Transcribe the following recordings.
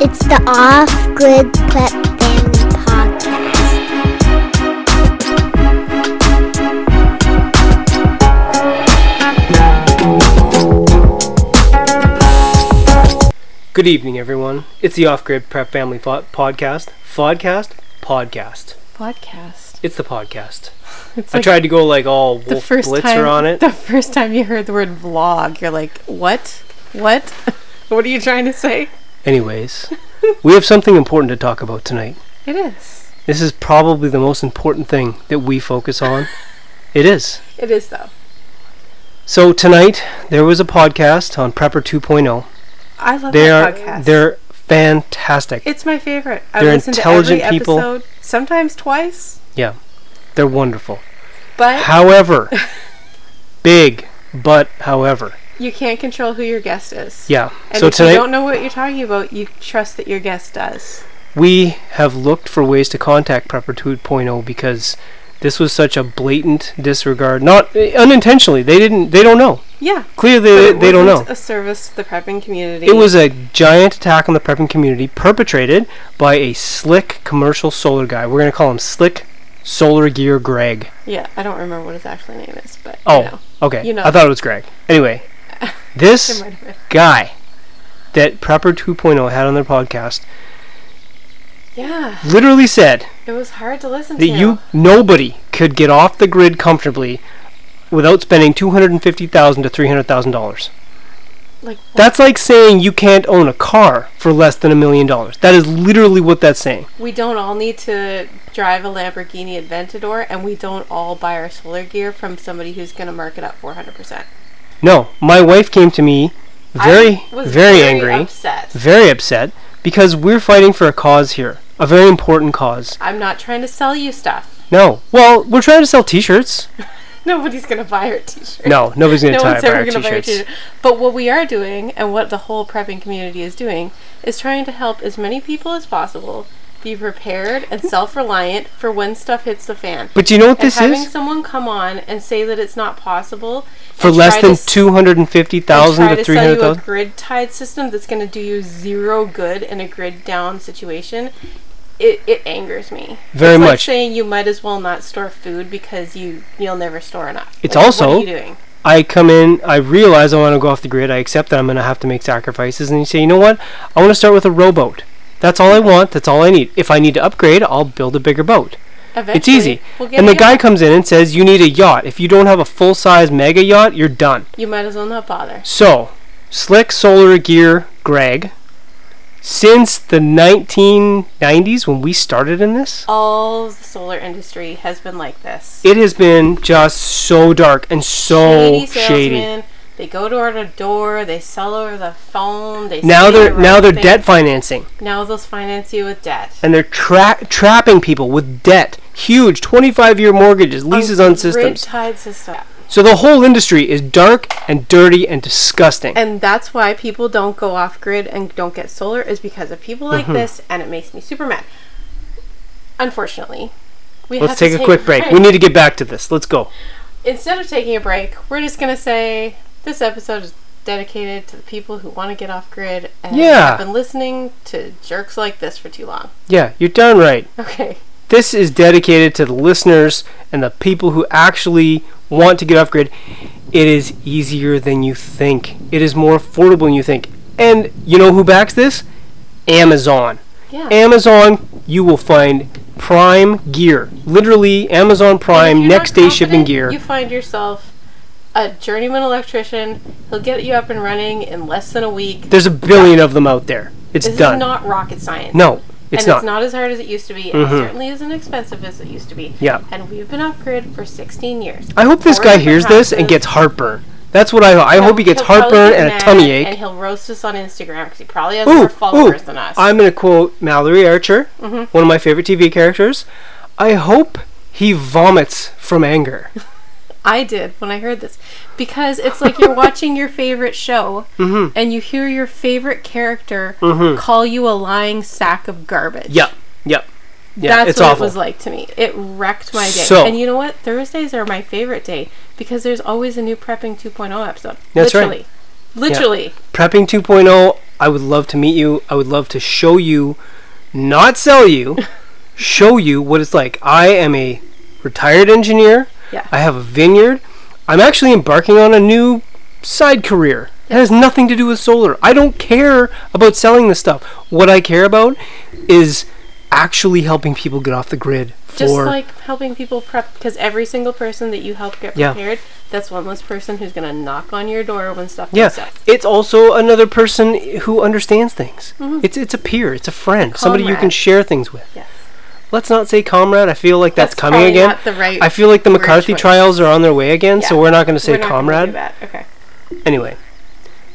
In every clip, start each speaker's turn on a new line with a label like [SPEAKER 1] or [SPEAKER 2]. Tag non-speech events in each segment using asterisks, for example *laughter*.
[SPEAKER 1] It's the Off Grid Prep Family Podcast.
[SPEAKER 2] Good evening, everyone. It's the Off Grid Prep Family Fo- Podcast. Flodcast? Podcast.
[SPEAKER 3] podcast.
[SPEAKER 2] It's the podcast.
[SPEAKER 3] *laughs* It's
[SPEAKER 2] I tried to go like all Wolf Blitzer
[SPEAKER 3] time,
[SPEAKER 2] on it.
[SPEAKER 3] *laughs* The first time you heard the word vlog, you're like, what? What? *laughs* what are you trying to say?
[SPEAKER 2] Anyways, we have something important to talk about tonight.
[SPEAKER 3] It is.
[SPEAKER 2] This is probably the most important thing that we focus on.
[SPEAKER 3] *laughs*
[SPEAKER 2] it is.
[SPEAKER 3] It is though.
[SPEAKER 2] So, tonight, there was a podcast on Prepper 2.0.
[SPEAKER 3] I love
[SPEAKER 2] They
[SPEAKER 3] that
[SPEAKER 2] are,
[SPEAKER 3] podcast.
[SPEAKER 2] they're fantastic.
[SPEAKER 3] it's my favorite. I
[SPEAKER 2] They're
[SPEAKER 3] listen
[SPEAKER 2] intelligent
[SPEAKER 3] to every
[SPEAKER 2] people.
[SPEAKER 3] episode, sometimes twice,
[SPEAKER 2] yeah, they're wonderful.
[SPEAKER 3] but *laughs*
[SPEAKER 2] However, big but however.
[SPEAKER 3] you can't control who your guest is.
[SPEAKER 2] Yeah.
[SPEAKER 3] And
[SPEAKER 2] so,
[SPEAKER 3] if
[SPEAKER 2] tonight.
[SPEAKER 3] you don't know what you're talking about, you trust that your guest does.
[SPEAKER 2] we have looked for ways to contact Prepper 2.0 because this was such a blatant disregard. Not unintentionally, they didn't. They don't know.
[SPEAKER 3] Yeah.
[SPEAKER 2] Clearly,
[SPEAKER 3] But
[SPEAKER 2] they,
[SPEAKER 3] it
[SPEAKER 2] they don't know.
[SPEAKER 3] wasn't A service to the prepping community.
[SPEAKER 2] It was a giant attack on the prepping community perpetrated by a slick commercial solar guy. We're gonna call him Slick Solar Gear Greg.
[SPEAKER 3] Yeah, I don't remember what his actual name is, but you
[SPEAKER 2] Oh,
[SPEAKER 3] know,
[SPEAKER 2] okay.
[SPEAKER 3] You know.
[SPEAKER 2] I thought it was Greg.
[SPEAKER 3] *laughs*
[SPEAKER 2] Anyway,
[SPEAKER 3] it
[SPEAKER 2] this
[SPEAKER 3] might have been.
[SPEAKER 2] guy that Prepper 2.0 had on their podcast
[SPEAKER 3] Yeah.
[SPEAKER 2] literally said
[SPEAKER 3] It was hard to listen
[SPEAKER 2] that
[SPEAKER 3] to.
[SPEAKER 2] you nobody could get off the grid comfortably without spending two hundred and fifty thousand to three hundred thousand dollars.
[SPEAKER 3] like
[SPEAKER 2] That's like saying you can't own a car for less than a million dollars. That is literally what that's saying.
[SPEAKER 3] we don't all need to drive a Lamborghini Aventador, and we don't all buy our solar gear from somebody who's going to mark it up 400. percent
[SPEAKER 2] No, my wife came to me very, very angry,
[SPEAKER 3] upset.
[SPEAKER 2] very upset because we're fighting for a cause here, a very important cause.
[SPEAKER 3] I'm not trying to sell you stuff.
[SPEAKER 2] No, well, we're trying to sell T-shirts.
[SPEAKER 3] Nobody's going to buy our T-shirt. *laughs*
[SPEAKER 2] No, nobody's gonna
[SPEAKER 3] No
[SPEAKER 2] try
[SPEAKER 3] one's
[SPEAKER 2] to buy
[SPEAKER 3] ever
[SPEAKER 2] our
[SPEAKER 3] going to buy our
[SPEAKER 2] T-shirts.
[SPEAKER 3] T-shirt. But what we are doing, and what the whole prepping community is doing, is trying to help as many people as possible be prepared
[SPEAKER 2] *laughs*
[SPEAKER 3] and self-reliant for when stuff hits the fan.
[SPEAKER 2] But you know what
[SPEAKER 3] and
[SPEAKER 2] this
[SPEAKER 3] having
[SPEAKER 2] is?
[SPEAKER 3] someone come on and say that it's not possible
[SPEAKER 2] For
[SPEAKER 3] and
[SPEAKER 2] less
[SPEAKER 3] try
[SPEAKER 2] than
[SPEAKER 3] to s-
[SPEAKER 2] two hundred and fifty thousand
[SPEAKER 3] try
[SPEAKER 2] to
[SPEAKER 3] to
[SPEAKER 2] three
[SPEAKER 3] sell
[SPEAKER 2] hundred
[SPEAKER 3] you a
[SPEAKER 2] thousand.
[SPEAKER 3] grid tied system that's going to do you zero good in a grid down situation, it, it angers me.
[SPEAKER 2] Very
[SPEAKER 3] it's Like
[SPEAKER 2] much.
[SPEAKER 3] saying you might as well not store food because you you'll never store enough.
[SPEAKER 2] It's
[SPEAKER 3] Like,
[SPEAKER 2] also-
[SPEAKER 3] what are you doing?
[SPEAKER 2] I come in, I realize I want to go off the grid, I accept that I'm going to have to make sacrifices, and you say, you know what? I want to start with a rowboat. That's all I want, that's all I need. If I need to upgrade, I'll build a bigger boat.
[SPEAKER 3] Eventually,
[SPEAKER 2] It's easy.
[SPEAKER 3] We'll get
[SPEAKER 2] And the
[SPEAKER 3] a
[SPEAKER 2] guy
[SPEAKER 3] yacht.
[SPEAKER 2] comes in and says, you need a yacht. If you don't have a full size mega yacht, you're done.
[SPEAKER 3] you might as well not bother.
[SPEAKER 2] So, Slick Solar Gear Greg, since the 1990s when we started in this,
[SPEAKER 3] All the solar industry has been like this.
[SPEAKER 2] it has been just so dark and so shady.
[SPEAKER 3] salesmen, They go door to door. They sell over the phone. They
[SPEAKER 2] Now
[SPEAKER 3] say the
[SPEAKER 2] they're
[SPEAKER 3] wrong
[SPEAKER 2] now they're
[SPEAKER 3] thing.
[SPEAKER 2] debt financing.
[SPEAKER 3] Now they'll finance you with debt.
[SPEAKER 2] and they're tra- trapping people with debt, huge 25 year mortgages, leases on
[SPEAKER 3] Grid
[SPEAKER 2] systems.
[SPEAKER 3] tied system.
[SPEAKER 2] So the whole industry is dark and dirty and disgusting.
[SPEAKER 3] And that's why people don't go off grid and don't get solar is because of people
[SPEAKER 2] Mm-hmm.
[SPEAKER 3] like this, and it makes me super mad. Unfortunately, we
[SPEAKER 2] Let's
[SPEAKER 3] have to
[SPEAKER 2] take a quick break. We need to get back to this. Let's go.
[SPEAKER 3] Instead of taking a break, we're just gonna say this episode is dedicated to the people who want to get off grid and
[SPEAKER 2] Yeah.
[SPEAKER 3] have been listening to jerks like this for too long.
[SPEAKER 2] Yeah, you're done right.
[SPEAKER 3] Okay,
[SPEAKER 2] This is dedicated to the listeners and the people who actually want to get off grid. It is easier than you think. It is more affordable than you think. And you know who backs this? Amazon.
[SPEAKER 3] yeah.
[SPEAKER 2] Amazon, you will find Prime gear. Literally, Amazon
[SPEAKER 3] And if
[SPEAKER 2] Prime
[SPEAKER 3] you're
[SPEAKER 2] next
[SPEAKER 3] not
[SPEAKER 2] day shipping
[SPEAKER 3] confident,
[SPEAKER 2] gear.
[SPEAKER 3] You find yourself a journeyman electrician. He'll get you up and running in less than a week.
[SPEAKER 2] There's a billion of them out there. It's
[SPEAKER 3] This
[SPEAKER 2] done.
[SPEAKER 3] is not rocket science.
[SPEAKER 2] no, it's
[SPEAKER 3] and
[SPEAKER 2] not. Mm-hmm.
[SPEAKER 3] it's not as hard as it used to be, and it certainly isn't expensive as it used to be.
[SPEAKER 2] Yeah.
[SPEAKER 3] And we've been off grid for 16 years.
[SPEAKER 2] I hope this
[SPEAKER 3] Four
[SPEAKER 2] guy
[SPEAKER 3] different
[SPEAKER 2] hears this and
[SPEAKER 3] houses.
[SPEAKER 2] gets heartburn. That's what I hope. I hope he gets
[SPEAKER 3] He'll probably
[SPEAKER 2] heartburn
[SPEAKER 3] get
[SPEAKER 2] and a
[SPEAKER 3] mad,
[SPEAKER 2] tummy ache.
[SPEAKER 3] And he'll roast us on Instagram because he probably has
[SPEAKER 2] Ooh,
[SPEAKER 3] more followers
[SPEAKER 2] ooh.
[SPEAKER 3] than us. Mm-hmm.
[SPEAKER 2] I'm going to quote Mallory Archer, one of my favorite TV characters. I hope he vomits from anger.
[SPEAKER 3] I did when I heard this because it's like you're watching your favorite
[SPEAKER 2] *laughs*
[SPEAKER 3] show
[SPEAKER 2] Mm-hmm.
[SPEAKER 3] and you hear your favorite character call you a lying sack of garbage.
[SPEAKER 2] Yep, yep. Yeah,
[SPEAKER 3] That's
[SPEAKER 2] it's
[SPEAKER 3] what
[SPEAKER 2] awful.
[SPEAKER 3] it was like to me. It wrecked my day.
[SPEAKER 2] So-
[SPEAKER 3] and you know what? Thursdays are my favorite day because there's always a new prepping 2.0 episode.
[SPEAKER 2] That's right.
[SPEAKER 3] Literally. Literally.
[SPEAKER 2] Prepping 2.0, I would love to meet you. I would love to show you, not sell you,
[SPEAKER 3] *laughs*
[SPEAKER 2] show you what it's like. I am a retired engineer.
[SPEAKER 3] Yeah.
[SPEAKER 2] I have a vineyard. I'm actually embarking on a new side career. That has nothing to do with solar. I don't care about selling this stuff. What I care about is actually helping people get off the grid for
[SPEAKER 3] Just like helping people prep, because every single person that you help get
[SPEAKER 2] Yeah.
[SPEAKER 3] prepared, that's one less person who's gonna knock on your door when stuff
[SPEAKER 2] Yeah,
[SPEAKER 3] comes up.
[SPEAKER 2] it's also another person who understands things. It's it's a peer, it's a friend, somebody you can
[SPEAKER 3] Mm-hmm. comrade.
[SPEAKER 2] share things with.
[SPEAKER 3] Yes.
[SPEAKER 2] Let's not say comrade. I feel like that's,
[SPEAKER 3] That's
[SPEAKER 2] coming
[SPEAKER 3] probably
[SPEAKER 2] again.
[SPEAKER 3] not the right
[SPEAKER 2] I feel like the
[SPEAKER 3] word
[SPEAKER 2] McCarthy
[SPEAKER 3] choice.
[SPEAKER 2] trials are on their way again, so
[SPEAKER 3] Yeah.
[SPEAKER 2] we're not going to say
[SPEAKER 3] We're not gonna do
[SPEAKER 2] comrade.
[SPEAKER 3] that. Okay.
[SPEAKER 2] Anyway,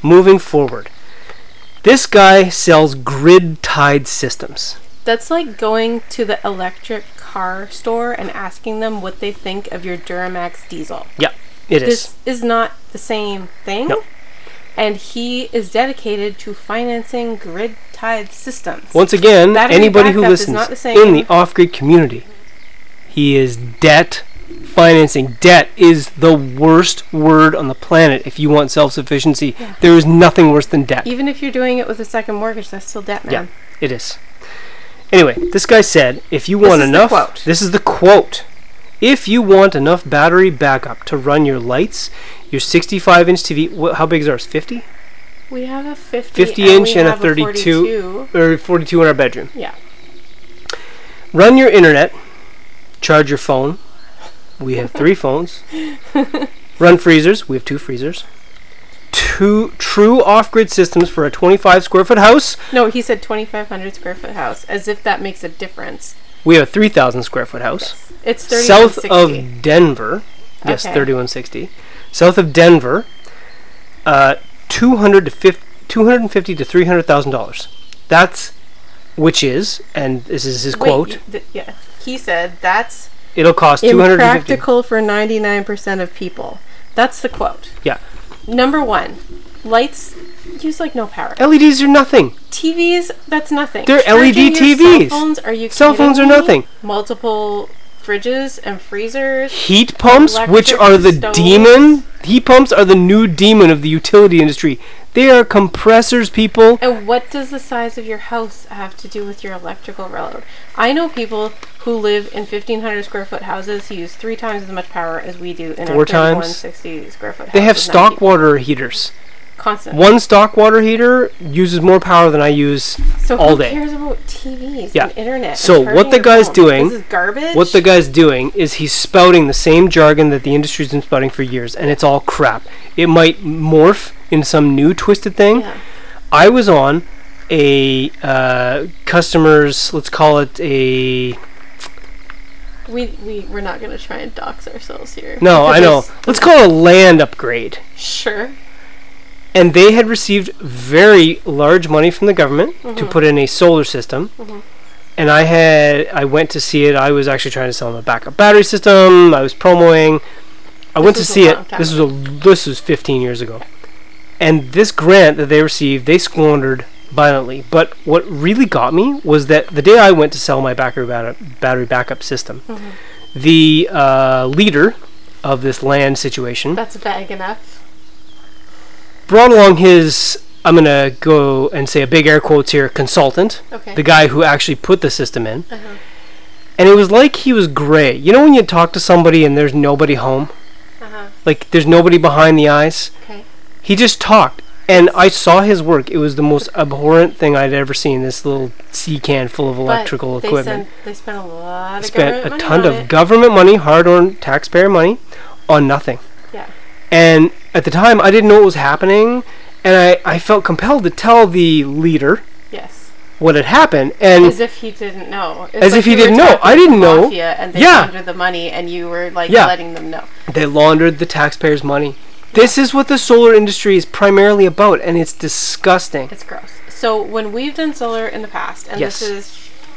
[SPEAKER 2] moving forward. This guy sells grid-tied systems.
[SPEAKER 3] That's like going to the electric car store and asking them what they think of your Duramax diesel.
[SPEAKER 2] Yeah, it is.
[SPEAKER 3] This is not the same thing.
[SPEAKER 2] No.
[SPEAKER 3] And he is dedicated to financing grid tied systems.
[SPEAKER 2] Once again,
[SPEAKER 3] Battery
[SPEAKER 2] anybody who
[SPEAKER 3] backup is
[SPEAKER 2] listens
[SPEAKER 3] not the same.
[SPEAKER 2] in the off-grid community, he is debt financing. Debt is the worst word on the planet if you want self-sufficiency. There is nothing worse than debt.
[SPEAKER 3] Even if you're doing it with a second mortgage, that's still debt, man.
[SPEAKER 2] yeah, it is. Anyway, this guy said, if you want
[SPEAKER 3] is the
[SPEAKER 2] enough,
[SPEAKER 3] quote.
[SPEAKER 2] this is the quote. If you want enough battery backup to run your lights, your 65-inch TV, wh- how big is ours? 50
[SPEAKER 3] We have a 50,
[SPEAKER 2] 50
[SPEAKER 3] and
[SPEAKER 2] inch
[SPEAKER 3] we
[SPEAKER 2] and a
[SPEAKER 3] have
[SPEAKER 2] 32.
[SPEAKER 3] 42.
[SPEAKER 2] or 42 in our bedroom.
[SPEAKER 3] Yeah.
[SPEAKER 2] run your internet, charge your phone. We have
[SPEAKER 3] *laughs*
[SPEAKER 2] three phones. Run freezers. We have two freezers. Two true off grid systems for a 25 square foot house.
[SPEAKER 3] No, he said 2,500 square foot house, as if that makes a difference.
[SPEAKER 2] We have a 3,000 square foot house.
[SPEAKER 3] It's 30
[SPEAKER 2] South of Denver. Yes,
[SPEAKER 3] Okay.
[SPEAKER 2] 3160. South of Denver, uh, 200 to 50, 250 to $300,000. That's, which is, and this is his quote,
[SPEAKER 3] yeah. He said that's
[SPEAKER 2] it'll cost 250
[SPEAKER 3] impractical for 99% of people. That's the quote.
[SPEAKER 2] Yeah.
[SPEAKER 3] Number one, lights use like no power.
[SPEAKER 2] LEDs E are nothing.
[SPEAKER 3] TVs, that's nothing.
[SPEAKER 2] They're E LED
[SPEAKER 3] Charging your
[SPEAKER 2] TVs.
[SPEAKER 3] Cell phones, are you
[SPEAKER 2] Cell phones
[SPEAKER 3] kidding
[SPEAKER 2] are
[SPEAKER 3] me?
[SPEAKER 2] nothing.
[SPEAKER 3] Multiple fridges and freezers.
[SPEAKER 2] heat pumps, which
[SPEAKER 3] Electric
[SPEAKER 2] are the
[SPEAKER 3] stoves.
[SPEAKER 2] demon. Heat pumps are the new demon of the utility industry. They are compressors, people.
[SPEAKER 3] And what does the size of your house have to do with your electrical load? I know people who live in 1,500 square foot houses who use three times as much power as we do in
[SPEAKER 2] Four
[SPEAKER 3] our
[SPEAKER 2] times.
[SPEAKER 3] 3160 square foot
[SPEAKER 2] They have
[SPEAKER 3] houses, not
[SPEAKER 2] stock
[SPEAKER 3] people.
[SPEAKER 2] water heaters.
[SPEAKER 3] Constant.
[SPEAKER 2] One stock water heater uses more power than I use
[SPEAKER 3] So
[SPEAKER 2] all
[SPEAKER 3] who
[SPEAKER 2] day.
[SPEAKER 3] cares about TVs
[SPEAKER 2] Yeah.
[SPEAKER 3] and internet? and
[SPEAKER 2] So what
[SPEAKER 3] charging
[SPEAKER 2] the
[SPEAKER 3] your
[SPEAKER 2] guy's
[SPEAKER 3] phone?
[SPEAKER 2] doing-
[SPEAKER 3] This is garbage.
[SPEAKER 2] What the guy's doing is he's spouting the same jargon that the industry's been spouting for years, and it's all crap. It might morph into some new twisted thing.
[SPEAKER 3] Yeah.
[SPEAKER 2] I was on a uh, customer's, let's call it a
[SPEAKER 3] we we we're not gonna try and dox ourselves here.
[SPEAKER 2] no, I know.
[SPEAKER 3] Because
[SPEAKER 2] Let's call it a land upgrade.
[SPEAKER 3] it's- *laughs* Sure.
[SPEAKER 2] and they had received very large money from the government
[SPEAKER 3] Mm-hmm.
[SPEAKER 2] to put in a solar system. And I had I went to see it. I was actually trying to sell them a backup battery system. I was promoing. I went to
[SPEAKER 3] was a
[SPEAKER 2] see
[SPEAKER 3] long
[SPEAKER 2] it.
[SPEAKER 3] time
[SPEAKER 2] This was a this was 15 years ago. And this grant that they received, they squandered violently. But what really got me was that the day I went to sell my battery bat- battery backup system,
[SPEAKER 3] Mm-hmm.
[SPEAKER 2] the uh, leader of this land situation
[SPEAKER 3] That's vague enough.
[SPEAKER 2] brought along his I'm gonna go and say a big air quotes here consultant,
[SPEAKER 3] Okay.
[SPEAKER 2] the guy who actually put the system in,
[SPEAKER 3] Uh-huh.
[SPEAKER 2] and it was like he was gray. You know when you talk to somebody and there's nobody home,
[SPEAKER 3] Uh-huh.
[SPEAKER 2] like there's nobody behind the eyes.
[SPEAKER 3] Okay.
[SPEAKER 2] He just talked, and I saw his work. It was the most abhorrent thing I'd ever seen. This little sea can full of electrical
[SPEAKER 3] but they
[SPEAKER 2] equipment.
[SPEAKER 3] Send, they spent a lot of
[SPEAKER 2] spent
[SPEAKER 3] government
[SPEAKER 2] a
[SPEAKER 3] money
[SPEAKER 2] ton
[SPEAKER 3] on
[SPEAKER 2] of
[SPEAKER 3] it.
[SPEAKER 2] government money, hard-earned taxpayer money, on nothing.
[SPEAKER 3] yeah.
[SPEAKER 2] And at the time, I didn't know what was happening, and I, I felt compelled to tell the leader
[SPEAKER 3] Yes.
[SPEAKER 2] what had happened. And
[SPEAKER 3] As if he didn't know. It's
[SPEAKER 2] As if he
[SPEAKER 3] you were
[SPEAKER 2] didn't know.
[SPEAKER 3] talking
[SPEAKER 2] I
[SPEAKER 3] to
[SPEAKER 2] didn't
[SPEAKER 3] the
[SPEAKER 2] know.
[SPEAKER 3] Mafia and they
[SPEAKER 2] Yeah.
[SPEAKER 3] laundered the money, and you were like
[SPEAKER 2] Yeah.
[SPEAKER 3] letting them know.
[SPEAKER 2] they laundered the taxpayers' money. This is what the solar industry is primarily about, and it's disgusting.
[SPEAKER 3] It's gross. So when we've done solar in the past, and
[SPEAKER 2] Yes.
[SPEAKER 3] this is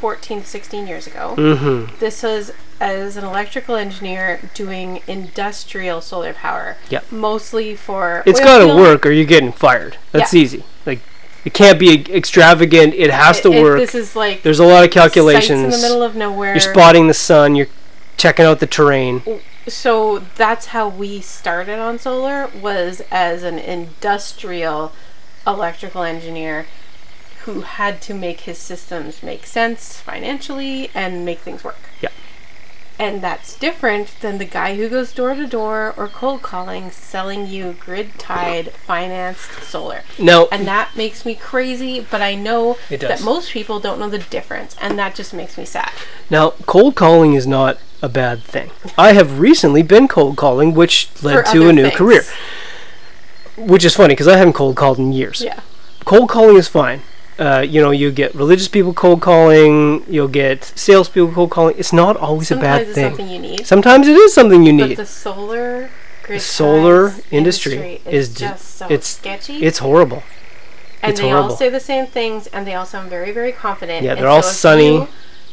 [SPEAKER 3] 14, 16 years ago,
[SPEAKER 2] Mm-hmm.
[SPEAKER 3] this was as an electrical engineer doing industrial solar power.
[SPEAKER 2] Yep.
[SPEAKER 3] Mostly for.
[SPEAKER 2] It's
[SPEAKER 3] oil
[SPEAKER 2] got to
[SPEAKER 3] fields.
[SPEAKER 2] work, or you're getting fired. That's
[SPEAKER 3] Yeah.
[SPEAKER 2] easy. Like, it can't be extravagant. It has
[SPEAKER 3] It-
[SPEAKER 2] to
[SPEAKER 3] it-
[SPEAKER 2] work.
[SPEAKER 3] This is like
[SPEAKER 2] There's a lot of
[SPEAKER 3] sites
[SPEAKER 2] calculations.
[SPEAKER 3] in the middle of nowhere.
[SPEAKER 2] you're spotting the sun. You're checking out the terrain.
[SPEAKER 3] so that's how we started on solar was as an industrial electrical engineer who had to make his systems make sense financially and make things work.
[SPEAKER 2] Yeah.
[SPEAKER 3] And that's different than the guy who goes door to door or cold calling selling you grid tied financed solar.
[SPEAKER 2] Now,
[SPEAKER 3] And that makes me crazy, but I know
[SPEAKER 2] It
[SPEAKER 3] that
[SPEAKER 2] does.
[SPEAKER 3] most people don't know the difference, and that just makes me sad.
[SPEAKER 2] now, cold calling is not a bad thing. I have recently been cold calling, which
[SPEAKER 3] For
[SPEAKER 2] led to
[SPEAKER 3] other
[SPEAKER 2] a new
[SPEAKER 3] things.
[SPEAKER 2] career, which is funny because I haven't cold called in years.
[SPEAKER 3] Yeah.
[SPEAKER 2] cold calling is fine. Uh, you know, you get religious people cold calling, you'll get sales people cold calling. It's not always
[SPEAKER 3] Sometimes
[SPEAKER 2] a bad
[SPEAKER 3] it's
[SPEAKER 2] thing.
[SPEAKER 3] something you need.
[SPEAKER 2] Sometimes it is something you
[SPEAKER 3] But
[SPEAKER 2] need.
[SPEAKER 3] the solar grid
[SPEAKER 2] solar
[SPEAKER 3] ties
[SPEAKER 2] industry
[SPEAKER 3] is,
[SPEAKER 2] is d-
[SPEAKER 3] just so
[SPEAKER 2] it's-
[SPEAKER 3] sketchy.
[SPEAKER 2] It's horrible.
[SPEAKER 3] and
[SPEAKER 2] it's
[SPEAKER 3] they all
[SPEAKER 2] horrible.
[SPEAKER 3] say the same things, and they all sound very, very confident.
[SPEAKER 2] Yeah,
[SPEAKER 3] and
[SPEAKER 2] they're all
[SPEAKER 3] so if
[SPEAKER 2] sunny.
[SPEAKER 3] you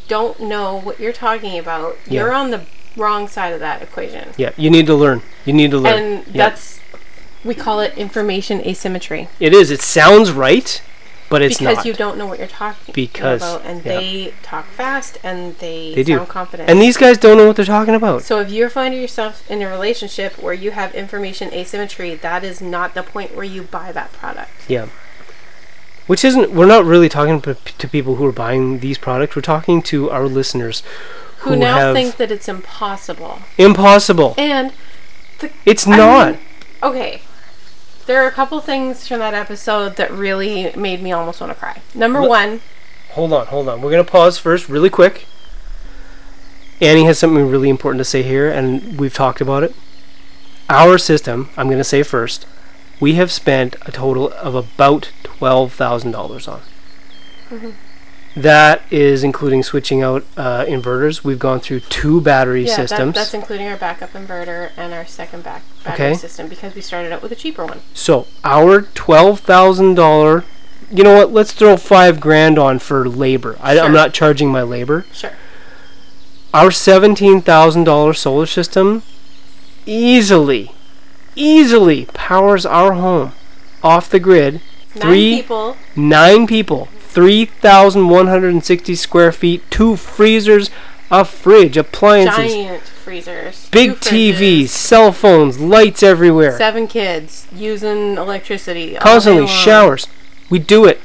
[SPEAKER 3] don't know what you're talking about.
[SPEAKER 2] Yeah.
[SPEAKER 3] You're on the wrong side of that equation,
[SPEAKER 2] Yeah, you need to learn. You need to learn.
[SPEAKER 3] and
[SPEAKER 2] Yeah.
[SPEAKER 3] that's we call it information asymmetry
[SPEAKER 2] it is. It sounds right, but it's
[SPEAKER 3] because
[SPEAKER 2] not.
[SPEAKER 3] you don't know what you're talking
[SPEAKER 2] Because,
[SPEAKER 3] about, and
[SPEAKER 2] yeah.
[SPEAKER 3] they talk fast and they,
[SPEAKER 2] They do.
[SPEAKER 3] sound confident.
[SPEAKER 2] and these guys don't know what they're talking about.
[SPEAKER 3] So if you're finding yourself in a relationship where you have information asymmetry, that is not the point where you buy that product.
[SPEAKER 2] Yeah. Which isn't. We're not really talking p- to people who are buying these products. We're talking to our listeners,
[SPEAKER 3] Who,
[SPEAKER 2] Who
[SPEAKER 3] now
[SPEAKER 2] have-
[SPEAKER 3] think that it's impossible.
[SPEAKER 2] Impossible.
[SPEAKER 3] And
[SPEAKER 2] It's
[SPEAKER 3] I
[SPEAKER 2] not.
[SPEAKER 3] mean, okay. There are a couple things from that episode that really made me almost want to cry. Number
[SPEAKER 2] Let-
[SPEAKER 3] one,
[SPEAKER 2] Hold on, hold on. We're gonna pause first, really quick. Annie has something really important to say here, and we've talked about it. Our system, I'm gonna say first, we have spent a total of about twelve thousand dollars on.
[SPEAKER 3] Mm-hmm.
[SPEAKER 2] That is including switching out uh, inverters. We've gone through two battery
[SPEAKER 3] yeah, that,
[SPEAKER 2] systems.
[SPEAKER 3] that's including our backup inverter and our second back battery
[SPEAKER 2] Okay.
[SPEAKER 3] system because we started out with a cheaper one.
[SPEAKER 2] So our twelve thousand dollar, you know what? Let's throw five grand on for labor. I,
[SPEAKER 3] Sure.
[SPEAKER 2] I'm not charging my labor.
[SPEAKER 3] Sure.
[SPEAKER 2] our $17,000 solar system easily, easily powers our home off the grid.
[SPEAKER 3] Nine
[SPEAKER 2] Three,
[SPEAKER 3] people.
[SPEAKER 2] nine people, 3,160 square feet, two freezers, a fridge, appliances,
[SPEAKER 3] Giant freezers.
[SPEAKER 2] big
[SPEAKER 3] two fridges,
[SPEAKER 2] TVs, cell phones, lights everywhere,
[SPEAKER 3] Seven kids using electricity. all day
[SPEAKER 2] constantly
[SPEAKER 3] long.
[SPEAKER 2] showers. We do it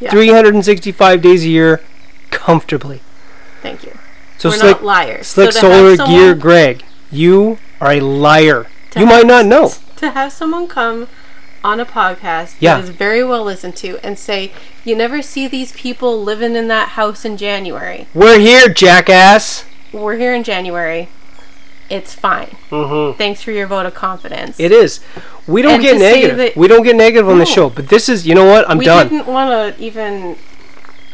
[SPEAKER 3] Yeah.
[SPEAKER 2] 365 days a year comfortably.
[SPEAKER 3] Thank you.
[SPEAKER 2] So
[SPEAKER 3] We're
[SPEAKER 2] slick,
[SPEAKER 3] not liars.
[SPEAKER 2] slick
[SPEAKER 3] so to
[SPEAKER 2] solar
[SPEAKER 3] have
[SPEAKER 2] gear,
[SPEAKER 3] someone-
[SPEAKER 2] Greg. You are a liar.
[SPEAKER 3] to
[SPEAKER 2] You might not
[SPEAKER 3] have-
[SPEAKER 2] know.
[SPEAKER 3] To have someone come on a podcast
[SPEAKER 2] Yeah.
[SPEAKER 3] that is very well listened to and say, "You never see these people living in that house in January.
[SPEAKER 2] We're here, jackass.
[SPEAKER 3] We're here in January. It's fine.
[SPEAKER 2] Mm-hmm.
[SPEAKER 3] Thanks for your vote of confidence."
[SPEAKER 2] It is. We don't
[SPEAKER 3] And
[SPEAKER 2] get
[SPEAKER 3] to say
[SPEAKER 2] negative.
[SPEAKER 3] that-
[SPEAKER 2] We don't get negative on the
[SPEAKER 3] No.
[SPEAKER 2] show. But this is, you know what? I'm
[SPEAKER 3] we
[SPEAKER 2] done.
[SPEAKER 3] didn't want to even.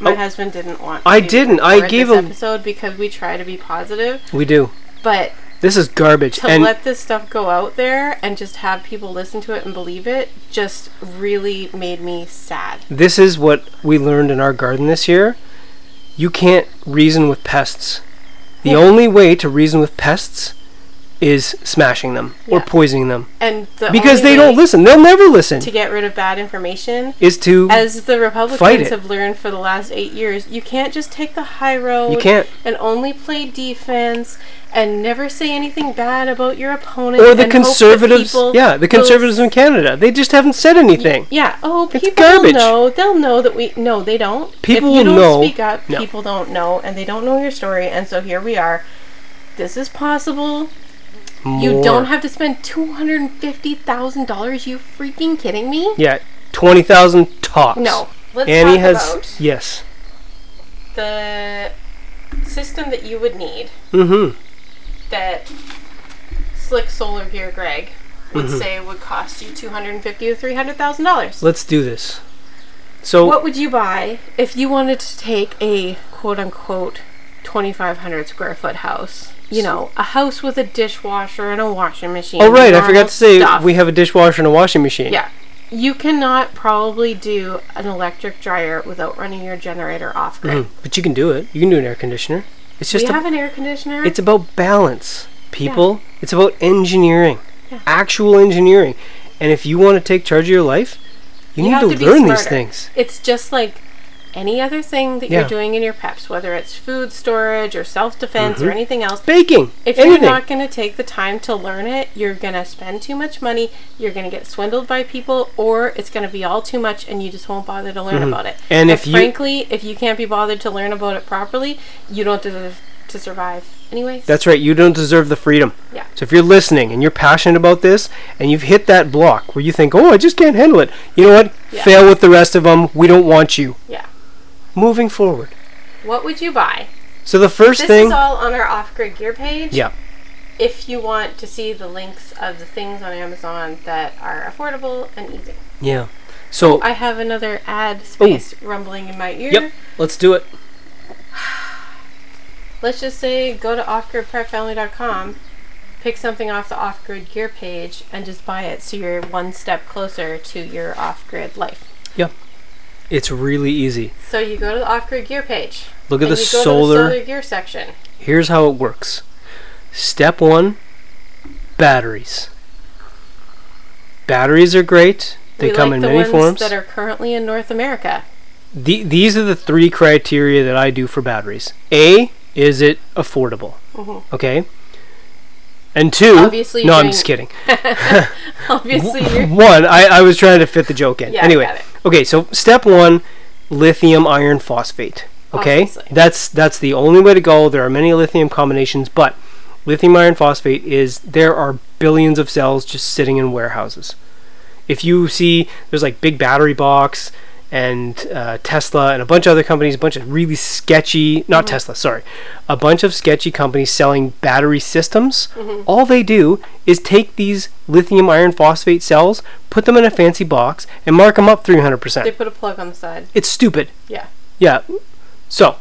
[SPEAKER 3] My
[SPEAKER 2] Oh.
[SPEAKER 3] husband didn't want.
[SPEAKER 2] I
[SPEAKER 3] to
[SPEAKER 2] didn't. I
[SPEAKER 3] record
[SPEAKER 2] gave
[SPEAKER 3] this
[SPEAKER 2] him-
[SPEAKER 3] episode because we try to be positive,
[SPEAKER 2] We do.
[SPEAKER 3] but
[SPEAKER 2] This is garbage.
[SPEAKER 3] to
[SPEAKER 2] and
[SPEAKER 3] let this stuff go out there and just have people listen to it and believe it just really made me sad.
[SPEAKER 2] this is what we learned in our garden this year. You can't reason with pests. The
[SPEAKER 3] Yeah.
[SPEAKER 2] only way to reason with pests is smashing them or
[SPEAKER 3] Yeah.
[SPEAKER 2] poisoning them
[SPEAKER 3] And the
[SPEAKER 2] because
[SPEAKER 3] only
[SPEAKER 2] they
[SPEAKER 3] way
[SPEAKER 2] don't listen. They'll never listen.
[SPEAKER 3] to get rid of bad information.
[SPEAKER 2] is to
[SPEAKER 3] As the
[SPEAKER 2] Fight it.
[SPEAKER 3] Republicans have learned for the last eight years, you can't just take the high road
[SPEAKER 2] you can't
[SPEAKER 3] and only play defense and never say anything bad about your opponent.
[SPEAKER 2] or the
[SPEAKER 3] and hope that
[SPEAKER 2] conservatives.
[SPEAKER 3] people
[SPEAKER 2] Yeah, the
[SPEAKER 3] will-
[SPEAKER 2] conservatives in Canada. They just haven't said anything.
[SPEAKER 3] Yeah. Oh,
[SPEAKER 2] It's
[SPEAKER 3] people
[SPEAKER 2] garbage.
[SPEAKER 3] will know. They'll know that we. No, they don't.
[SPEAKER 2] People
[SPEAKER 3] if
[SPEAKER 2] will
[SPEAKER 3] you don't
[SPEAKER 2] know-
[SPEAKER 3] Speak up.
[SPEAKER 2] No.
[SPEAKER 3] People don't know, and they don't know your story. And so here we are. This is possible. You
[SPEAKER 2] More.
[SPEAKER 3] don't have to spend two hundred and fifty thousand dollars. You freaking kidding me?
[SPEAKER 2] Yeah, twenty thousand tops.
[SPEAKER 3] No. Let's
[SPEAKER 2] Annie
[SPEAKER 3] talk
[SPEAKER 2] has
[SPEAKER 3] about
[SPEAKER 2] yes.
[SPEAKER 3] the system that you would need
[SPEAKER 2] Mm-hmm.
[SPEAKER 3] that slick solar gear greg would
[SPEAKER 2] Mm-hmm.
[SPEAKER 3] say would cost you 250 to 300 thousand dollars
[SPEAKER 2] Let's do this. So
[SPEAKER 3] what would you buy if you wanted to take a quote unquote 2500 square foot house you know a house with a dishwasher and a washing machine
[SPEAKER 2] oh right, I
[SPEAKER 3] normal
[SPEAKER 2] forgot to say
[SPEAKER 3] stuff.
[SPEAKER 2] we have a dishwasher and a washing machine.
[SPEAKER 3] yeah you cannot probably do an electric dryer without running your generator off grid
[SPEAKER 2] Mm, But you can do it. You can do an air conditioner. It's just
[SPEAKER 3] we
[SPEAKER 2] a,
[SPEAKER 3] have an air conditioner
[SPEAKER 2] it's about balance, people. It's about engineering.
[SPEAKER 3] Yeah.
[SPEAKER 2] Actual engineering. And if you want to take charge of your life, you,
[SPEAKER 3] You
[SPEAKER 2] need
[SPEAKER 3] have
[SPEAKER 2] to,
[SPEAKER 3] to be
[SPEAKER 2] learn these
[SPEAKER 3] smarter.
[SPEAKER 2] things.
[SPEAKER 3] It's just like any other thing that
[SPEAKER 2] Yeah.
[SPEAKER 3] you're doing in your preps, whether it's food storage or self defense or anything else,
[SPEAKER 2] Mm-hmm. Baking.
[SPEAKER 3] if
[SPEAKER 2] anything.
[SPEAKER 3] you're not going to take the time to learn it, you're going to spend too much money, you're going to get swindled by people, or it's going to be all too much and you just won't bother to learn about it.
[SPEAKER 2] Mm-hmm. And if you-
[SPEAKER 3] frankly, if you can't be bothered to learn about it properly, you don't deserve to survive. Anyways,
[SPEAKER 2] That's right. You don't deserve the freedom.
[SPEAKER 3] Yeah.
[SPEAKER 2] So if you're listening and you're passionate about this and you've hit that block where you think, "Oh, I just can't handle it." You know what?
[SPEAKER 3] Yeah.
[SPEAKER 2] Fail with the rest of them. We don't want you.
[SPEAKER 3] yeah.
[SPEAKER 2] Moving forward.
[SPEAKER 3] What would you buy?
[SPEAKER 2] So the first
[SPEAKER 3] This
[SPEAKER 2] thing
[SPEAKER 3] is all on our off grid gear page.
[SPEAKER 2] Yeah.
[SPEAKER 3] If you want to see the links of the things on Amazon that are affordable and easy.
[SPEAKER 2] Yeah. So
[SPEAKER 3] I have another ad space rumbling in my ear.
[SPEAKER 2] Yep. Let's do it.
[SPEAKER 3] Let's just say go to offgridprepfamily.com, pick something off the off grid gear page, and just buy it so you're one step closer to your off grid life.
[SPEAKER 2] It's really easy.
[SPEAKER 3] So you go to the off grid gear page.
[SPEAKER 2] Look at
[SPEAKER 3] and
[SPEAKER 2] the
[SPEAKER 3] you
[SPEAKER 2] solar.
[SPEAKER 3] go to the solar gear section.
[SPEAKER 2] Here's how it works. Step 1, batteries. Batteries are great. They
[SPEAKER 3] we
[SPEAKER 2] come
[SPEAKER 3] like
[SPEAKER 2] in
[SPEAKER 3] the
[SPEAKER 2] many
[SPEAKER 3] ones
[SPEAKER 2] forms.
[SPEAKER 3] that are currently in North America.
[SPEAKER 2] The- these are the three criteria that I do for batteries. A, is it affordable?
[SPEAKER 3] Mhm.
[SPEAKER 2] Okay? And two,
[SPEAKER 3] Obviously
[SPEAKER 2] no,
[SPEAKER 3] you're
[SPEAKER 2] I'm
[SPEAKER 3] doing-
[SPEAKER 2] just kidding.
[SPEAKER 3] *laughs*
[SPEAKER 2] *laughs*
[SPEAKER 3] Obviously, you're
[SPEAKER 2] one, I, I was trying to fit the joke in.
[SPEAKER 3] Yeah, I
[SPEAKER 2] anyway,
[SPEAKER 3] got it.
[SPEAKER 2] okay, so step one, lithium iron phosphate. Okay,
[SPEAKER 3] Obviously.
[SPEAKER 2] that's that's the only way to go. There are many lithium combinations, but lithium iron phosphate is there are billions of cells just sitting in warehouses. If you see, there's like big battery box and uh, Tesla and a bunch of other companies, a bunch of really sketchy, not Tesla, sorry, a bunch of sketchy companies selling battery systems. All they do is take these lithium iron phosphate cells, put them in a fancy box, and mark them up 300%.
[SPEAKER 3] they put a plug on the side.
[SPEAKER 2] it's stupid.
[SPEAKER 3] Yeah.
[SPEAKER 2] Yeah. So,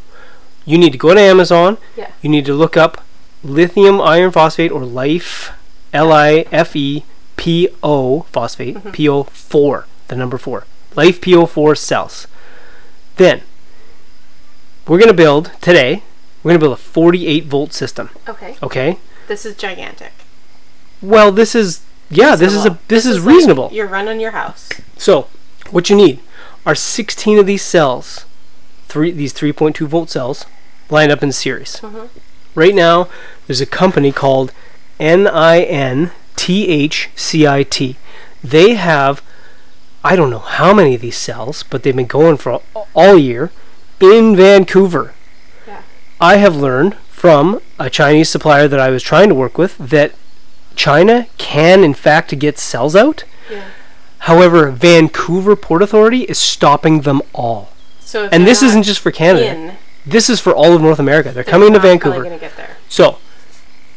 [SPEAKER 2] you need to go to Amazon.
[SPEAKER 3] Yeah.
[SPEAKER 2] You need to look up lithium iron phosphate or LIFE, L I F E P O phosphate, PO4, the number 4. LIFE PO4 cells. Then, we're going to build today, we're going to build a 48 volt system,
[SPEAKER 3] Okay.
[SPEAKER 2] okay?
[SPEAKER 3] This is gigantic.
[SPEAKER 2] Well, this is yeah, this is a
[SPEAKER 3] Reasonable.
[SPEAKER 2] this is
[SPEAKER 3] like
[SPEAKER 2] reasonable.
[SPEAKER 3] you're running your house.
[SPEAKER 2] So, what you need are 16 of these cells, three these 3.2 volt cells, lined up in series. Right now, there's a company called NINTHCIT. They have, I don't know how many of these cells, but they've been going for all, all year in Vancouver.
[SPEAKER 3] Yeah.
[SPEAKER 2] I have learned from a Chinese supplier that I was trying to work with that China can, in fact, get cells out.
[SPEAKER 3] Yeah.
[SPEAKER 2] However, Vancouver Port Authority is stopping them all.
[SPEAKER 3] So if
[SPEAKER 2] And this
[SPEAKER 3] you're not
[SPEAKER 2] isn't just for Canada.
[SPEAKER 3] in,
[SPEAKER 2] This is for all of North America. They're
[SPEAKER 3] they're
[SPEAKER 2] coming to
[SPEAKER 3] not probably
[SPEAKER 2] Vancouver.
[SPEAKER 3] gonna get there.
[SPEAKER 2] So,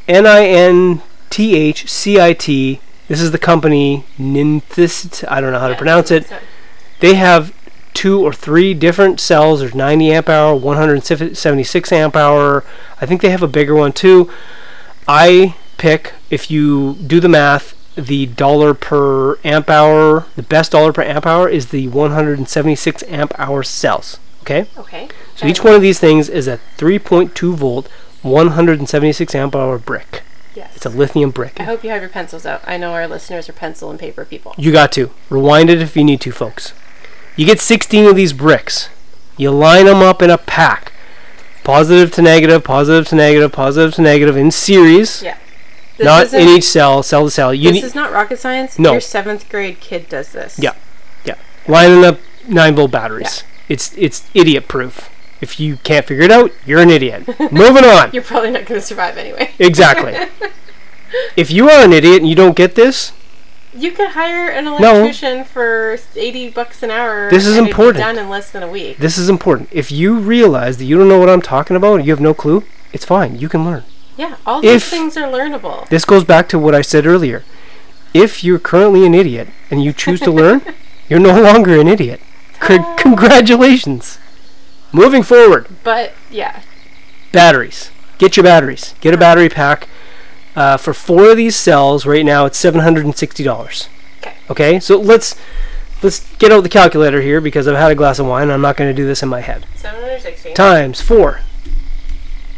[SPEAKER 2] N I N T H C I T. This is the company Ninthist. I don't know how to
[SPEAKER 3] Yeah,
[SPEAKER 2] pronounce it.
[SPEAKER 3] so-
[SPEAKER 2] They have two or three different cells. There's 90 amp hour, 176 amp hour. I think they have a bigger one too. I pick, if you do the math, the dollar per amp hour, the best dollar per amp hour is the 176 amp hour cells. Okay?
[SPEAKER 3] Okay.
[SPEAKER 2] So each one of these things is a 3.2 volt, 176 amp hour brick.
[SPEAKER 3] Yes.
[SPEAKER 2] It's a lithium brick.
[SPEAKER 3] I hope you have your pencils out. I know our listeners are pencil and paper people.
[SPEAKER 2] You got to. Rewind it if you need to, folks. You get 16 of these bricks. You line them up in a pack. Positive to negative, positive to negative, positive to negative in series.
[SPEAKER 3] Yeah. This
[SPEAKER 2] Not
[SPEAKER 3] isn't-
[SPEAKER 2] in each cell, cell to cell. You
[SPEAKER 3] This
[SPEAKER 2] need,
[SPEAKER 3] is not rocket science.
[SPEAKER 2] No.
[SPEAKER 3] Your seventh grade kid does this.
[SPEAKER 2] Yeah. yeah. Lining up 9 volt batteries. It's it's idiot proof. If you can't figure it out, you're an
[SPEAKER 3] *laughs*
[SPEAKER 2] idiot. Moving on.
[SPEAKER 3] You're probably not going to survive anyway.
[SPEAKER 2] *laughs*
[SPEAKER 3] *laughs*
[SPEAKER 2] Exactly. if you are an idiot and you don't get this,
[SPEAKER 3] You could hire an electrician for 80 bucks an hour.
[SPEAKER 2] This is
[SPEAKER 3] and it'd be
[SPEAKER 2] important.
[SPEAKER 3] Done in less than a week.
[SPEAKER 2] this is important. If you realize that you don't know what I'm talking about and you have no clue, it's fine. You can learn.
[SPEAKER 3] Yeah. All these
[SPEAKER 2] If-
[SPEAKER 3] things are learnable.
[SPEAKER 2] This goes back to what I said earlier. If you're currently an idiot and you choose to learn, you're no longer an idiot. Con- congratulations. Moving forward,
[SPEAKER 3] But yeah.
[SPEAKER 2] batteries. Get your batteries. Get a battery pack. Uh, for four of these cells, right now it's seven hundred and sixty dollars.
[SPEAKER 3] Okay.
[SPEAKER 2] Okay, so let's let's get out the calculator here because I've had a glass of wine. I'm not going to do this in my head.
[SPEAKER 3] 760.
[SPEAKER 2] Times four.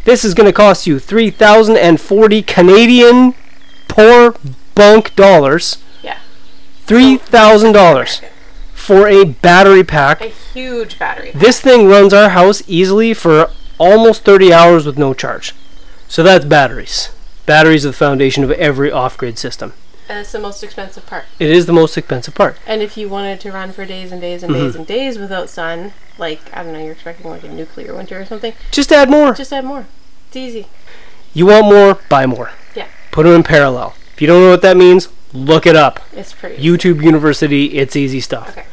[SPEAKER 2] This is going to cost you three thousand and forty Canadian poor bunk dollars.
[SPEAKER 3] Yeah.
[SPEAKER 2] Three thousand dollars for a battery pack.
[SPEAKER 3] A huge battery.
[SPEAKER 2] This thing runs our house easily for almost 30 hours with no charge. So that's batteries. Batteries are the foundation of every off grid system.
[SPEAKER 3] And it's the most expensive part.
[SPEAKER 2] It is the most expensive part.
[SPEAKER 3] And if you wanted to run for days and days and
[SPEAKER 2] Mm-hmm.
[SPEAKER 3] days and days without sun, like, I don't know, you're expecting like a nuclear winter or something,
[SPEAKER 2] Just add more.
[SPEAKER 3] just add more. It's easy.
[SPEAKER 2] You want more, buy more.
[SPEAKER 3] Yeah.
[SPEAKER 2] Put them in parallel. If you don't know what that means, look it up.
[SPEAKER 3] It's pretty.
[SPEAKER 2] YouTube University, it's easy stuff.
[SPEAKER 3] Okay. Um,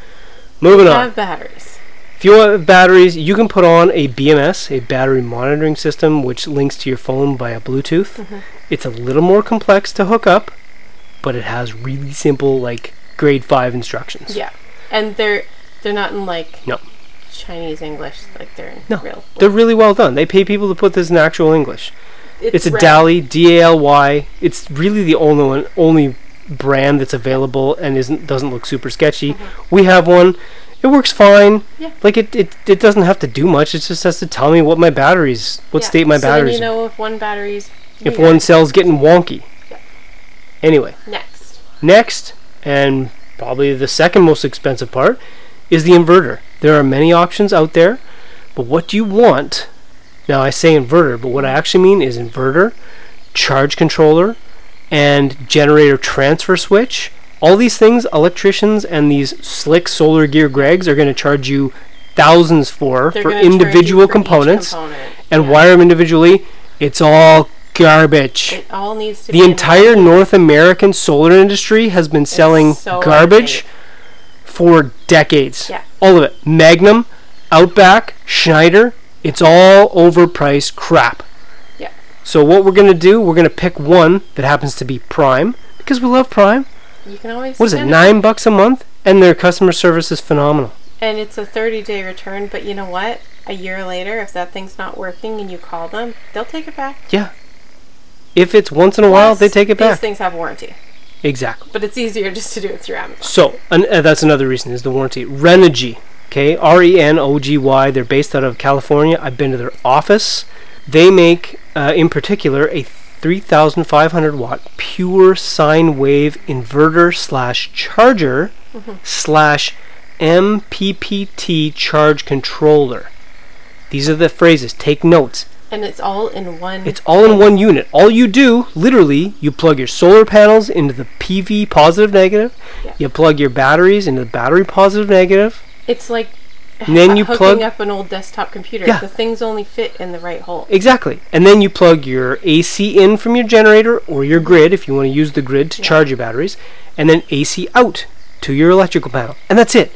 [SPEAKER 2] Moving on.
[SPEAKER 3] have batteries.
[SPEAKER 2] If you want batteries, you can put on a BMS, a battery monitoring system, which links to your phone via Bluetooth.
[SPEAKER 3] Mm-hmm.
[SPEAKER 2] It's a little more complex to hook up, but it has really simple, like grade five instructions.
[SPEAKER 3] Yeah. And they're they're not in like
[SPEAKER 2] No.
[SPEAKER 3] Chinese English, like they're in
[SPEAKER 2] No,
[SPEAKER 3] real.
[SPEAKER 2] they're really well done. They pay people to put this in actual English. It's, a
[SPEAKER 3] red.
[SPEAKER 2] Dally, D A L Y. It's really the only one, only brand that's available and isn't doesn't look super sketchy. We have one. It works fine.
[SPEAKER 3] Mm-hmm. Yeah.
[SPEAKER 2] Like it, it, it doesn't have to do much. It just has to tell me what my batteries, what
[SPEAKER 3] Yeah.
[SPEAKER 2] state my
[SPEAKER 3] so
[SPEAKER 2] batteries.
[SPEAKER 3] Then
[SPEAKER 2] in.
[SPEAKER 3] you know if one battery's
[SPEAKER 2] if
[SPEAKER 3] weird.
[SPEAKER 2] one cell's getting wonky.
[SPEAKER 3] Yeah.
[SPEAKER 2] Anyway,
[SPEAKER 3] next.
[SPEAKER 2] next, and probably the second most expensive part, is the inverter. There are many options out there, but what you want, now I say inverter, but what I actually mean is inverter, charge controller, and generator transfer switch. All these things, electricians and these slick solar gear Gregs are going to charge you thousands for
[SPEAKER 3] They're
[SPEAKER 2] for
[SPEAKER 3] gonna charge you
[SPEAKER 2] individual
[SPEAKER 3] for each
[SPEAKER 2] components
[SPEAKER 3] component.
[SPEAKER 2] and
[SPEAKER 3] Yeah.
[SPEAKER 2] wire them individually. It's all garbage.
[SPEAKER 3] It all needs to be
[SPEAKER 2] The
[SPEAKER 3] in
[SPEAKER 2] entire North American solar industry has been selling
[SPEAKER 3] so
[SPEAKER 2] garbage for decades.
[SPEAKER 3] Yeah.
[SPEAKER 2] All of it. Magnum, Outback, Schneider, it's all overpriced crap.
[SPEAKER 3] Yeah.
[SPEAKER 2] So what we're going to do, we're going to pick one that happens to be Prime because we love Prime.
[SPEAKER 3] You can always
[SPEAKER 2] What is it?
[SPEAKER 3] spend
[SPEAKER 2] 9 bucks a month and their customer service is phenomenal.
[SPEAKER 3] And it's a 30 day return, but you know what? A year later, if that thing's not working and you call them, they'll take it back.
[SPEAKER 2] Yeah. If it's once in a while, they
[SPEAKER 3] Plus,
[SPEAKER 2] take it
[SPEAKER 3] These
[SPEAKER 2] back.
[SPEAKER 3] things have warranty,
[SPEAKER 2] Exactly.
[SPEAKER 3] but it's easier just to do it through Amazon.
[SPEAKER 2] So an, uh, that's another reason is the warranty. Renogy, okay, R E N O G Y. They're based out of California. I've been to their office. They make, uh, in particular, a 3,500 watt pure sine wave inverter slash charger slash MPPT charge controller. These are the phrases. Take notes.
[SPEAKER 3] And it's all in one.
[SPEAKER 2] It's all in one unit. All you do, literally, you plug your solar panels into the PV positive negative.
[SPEAKER 3] Yeah.
[SPEAKER 2] You plug your batteries into the battery positive negative.
[SPEAKER 3] It's like
[SPEAKER 2] And
[SPEAKER 3] *laughs*
[SPEAKER 2] then you
[SPEAKER 3] hooking
[SPEAKER 2] plug
[SPEAKER 3] up an old desktop computer.
[SPEAKER 2] Yeah.
[SPEAKER 3] The things only fit in the right hole.
[SPEAKER 2] exactly, and then you plug your AC in from your generator or your grid if you want to use the grid to charge your batteries, and then AC out to your electrical panel, and that's it.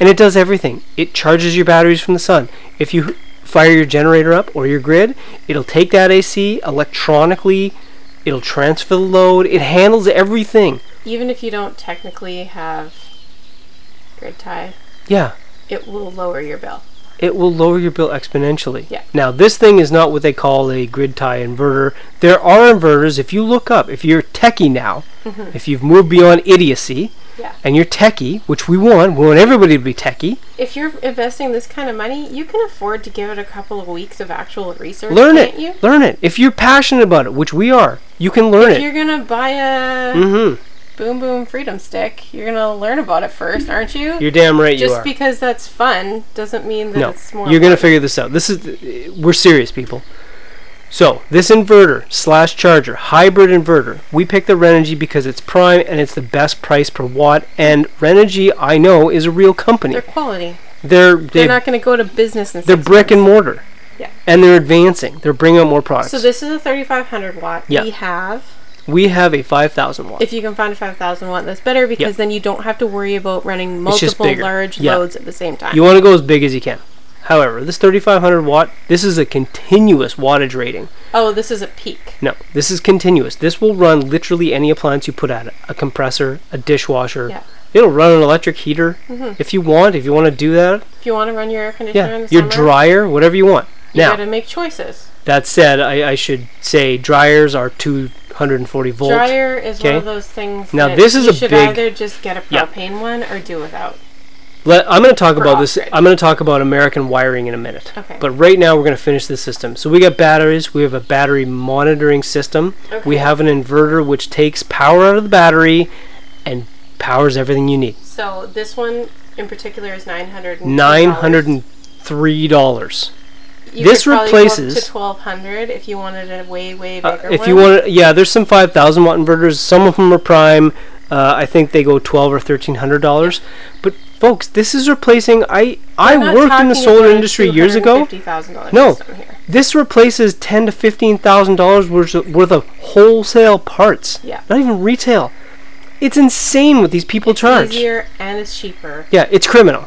[SPEAKER 2] And it does everything. It charges your batteries from the sun. If you fire your generator up or your grid, it'll take that AC electronically. It'll transfer the load. It handles everything.
[SPEAKER 3] Even if you don't technically have grid tie,
[SPEAKER 2] Yeah.
[SPEAKER 3] it will lower your bill.
[SPEAKER 2] it will lower your bill exponentially.
[SPEAKER 3] Yeah.
[SPEAKER 2] Now, this thing is not what they call a grid tie inverter. There are inverters, if you look up, if you're techie now, if you've moved beyond idiocy,
[SPEAKER 3] Mm-hmm. Yeah.
[SPEAKER 2] and you're techie, which we want, we want everybody to be techie,
[SPEAKER 3] If you're investing this kind of money, you can afford to give it a couple of weeks of actual research.
[SPEAKER 2] learn
[SPEAKER 3] can't
[SPEAKER 2] it.
[SPEAKER 3] You?
[SPEAKER 2] Learn it. If you're passionate about it, which we are, you can learn
[SPEAKER 3] If
[SPEAKER 2] it.
[SPEAKER 3] you're gonna buy a
[SPEAKER 2] Mm-hmm.
[SPEAKER 3] Boom Boom Freedom Stick, you're gonna learn about it first, aren't you?
[SPEAKER 2] You're damn right
[SPEAKER 3] Just
[SPEAKER 2] you are.
[SPEAKER 3] because that's fun doesn't mean that
[SPEAKER 2] no,
[SPEAKER 3] it's more.
[SPEAKER 2] you're going to
[SPEAKER 3] important.
[SPEAKER 2] figure this out. This is we're serious, people. So this inverter slash charger hybrid inverter, we picked the Renogy because it's prime and it's the best price per watt. And Renogy, I know, is a real company.
[SPEAKER 3] They're quality.
[SPEAKER 2] They're
[SPEAKER 3] They're
[SPEAKER 2] they,
[SPEAKER 3] not going to go to business and.
[SPEAKER 2] they're brick and mortar.
[SPEAKER 3] Yeah.
[SPEAKER 2] And they're advancing. They're bringing out more products.
[SPEAKER 3] So this is a 3500 watt.
[SPEAKER 2] Yeah.
[SPEAKER 3] We have.
[SPEAKER 2] we have a 5,000 watt.
[SPEAKER 3] If you can find a 5000 watt, that's better because
[SPEAKER 2] Yeah.
[SPEAKER 3] then you don't have to worry about running
[SPEAKER 2] It's just
[SPEAKER 3] multiple
[SPEAKER 2] bigger.
[SPEAKER 3] large
[SPEAKER 2] Yeah.
[SPEAKER 3] loads at the same time.
[SPEAKER 2] You want to go as big as you can. However, this 3,500 watt, this is a continuous wattage rating.
[SPEAKER 3] oh, this is a peak.
[SPEAKER 2] No, this is continuous. This will run literally any appliance you put at it a compressor, a dishwasher.
[SPEAKER 3] Yeah.
[SPEAKER 2] It'll run an electric heater if you want, if you want to do that.
[SPEAKER 3] If you want to run your air conditioner in
[SPEAKER 2] Yeah,
[SPEAKER 3] the
[SPEAKER 2] your
[SPEAKER 3] summer,
[SPEAKER 2] dryer, whatever you want.
[SPEAKER 3] you
[SPEAKER 2] now,
[SPEAKER 3] got to make choices.
[SPEAKER 2] that said, I, I should say dryers are 240 volt.
[SPEAKER 3] Dryer is one of
[SPEAKER 2] Okay.
[SPEAKER 3] those things.
[SPEAKER 2] Now,
[SPEAKER 3] that
[SPEAKER 2] this is
[SPEAKER 3] you
[SPEAKER 2] a
[SPEAKER 3] should
[SPEAKER 2] big-
[SPEAKER 3] either just get a
[SPEAKER 2] Yeah.
[SPEAKER 3] propane one or do without.
[SPEAKER 2] Let, I'm going to talk
[SPEAKER 3] For
[SPEAKER 2] about this.
[SPEAKER 3] off-grid.
[SPEAKER 2] I'm going to talk about American wiring in a minute.
[SPEAKER 3] Okay.
[SPEAKER 2] But right now, we're going to finish this system. So we got batteries. We have a battery monitoring system. We
[SPEAKER 3] Okay.
[SPEAKER 2] have an inverter which takes power out of the battery and powers everything you need.
[SPEAKER 3] So this one in particular is nine hundred.
[SPEAKER 2] Nine hundred and three dollars.
[SPEAKER 3] You
[SPEAKER 2] This
[SPEAKER 3] could probably go up
[SPEAKER 2] replaces-
[SPEAKER 3] to twelve hundred if you wanted a way way
[SPEAKER 2] Uh,
[SPEAKER 3] bigger
[SPEAKER 2] if
[SPEAKER 3] one.
[SPEAKER 2] you want, yeah, there's some 5,000 watt inverters. Some of them are prime. Uh, I think they go 12 or 1300 dollars. But folks, this is replacing. I I
[SPEAKER 3] We're not
[SPEAKER 2] worked in the
[SPEAKER 3] talking
[SPEAKER 2] solar
[SPEAKER 3] about a
[SPEAKER 2] industry years ago.
[SPEAKER 3] $250,000
[SPEAKER 2] No.
[SPEAKER 3] system here.
[SPEAKER 2] This replaces 10 to 15,000 dollars worth of- worth of wholesale parts.
[SPEAKER 3] Yeah.
[SPEAKER 2] Not even retail. It's insane what these people charge.
[SPEAKER 3] It's easier and it's cheaper,
[SPEAKER 2] Yeah, it's criminal.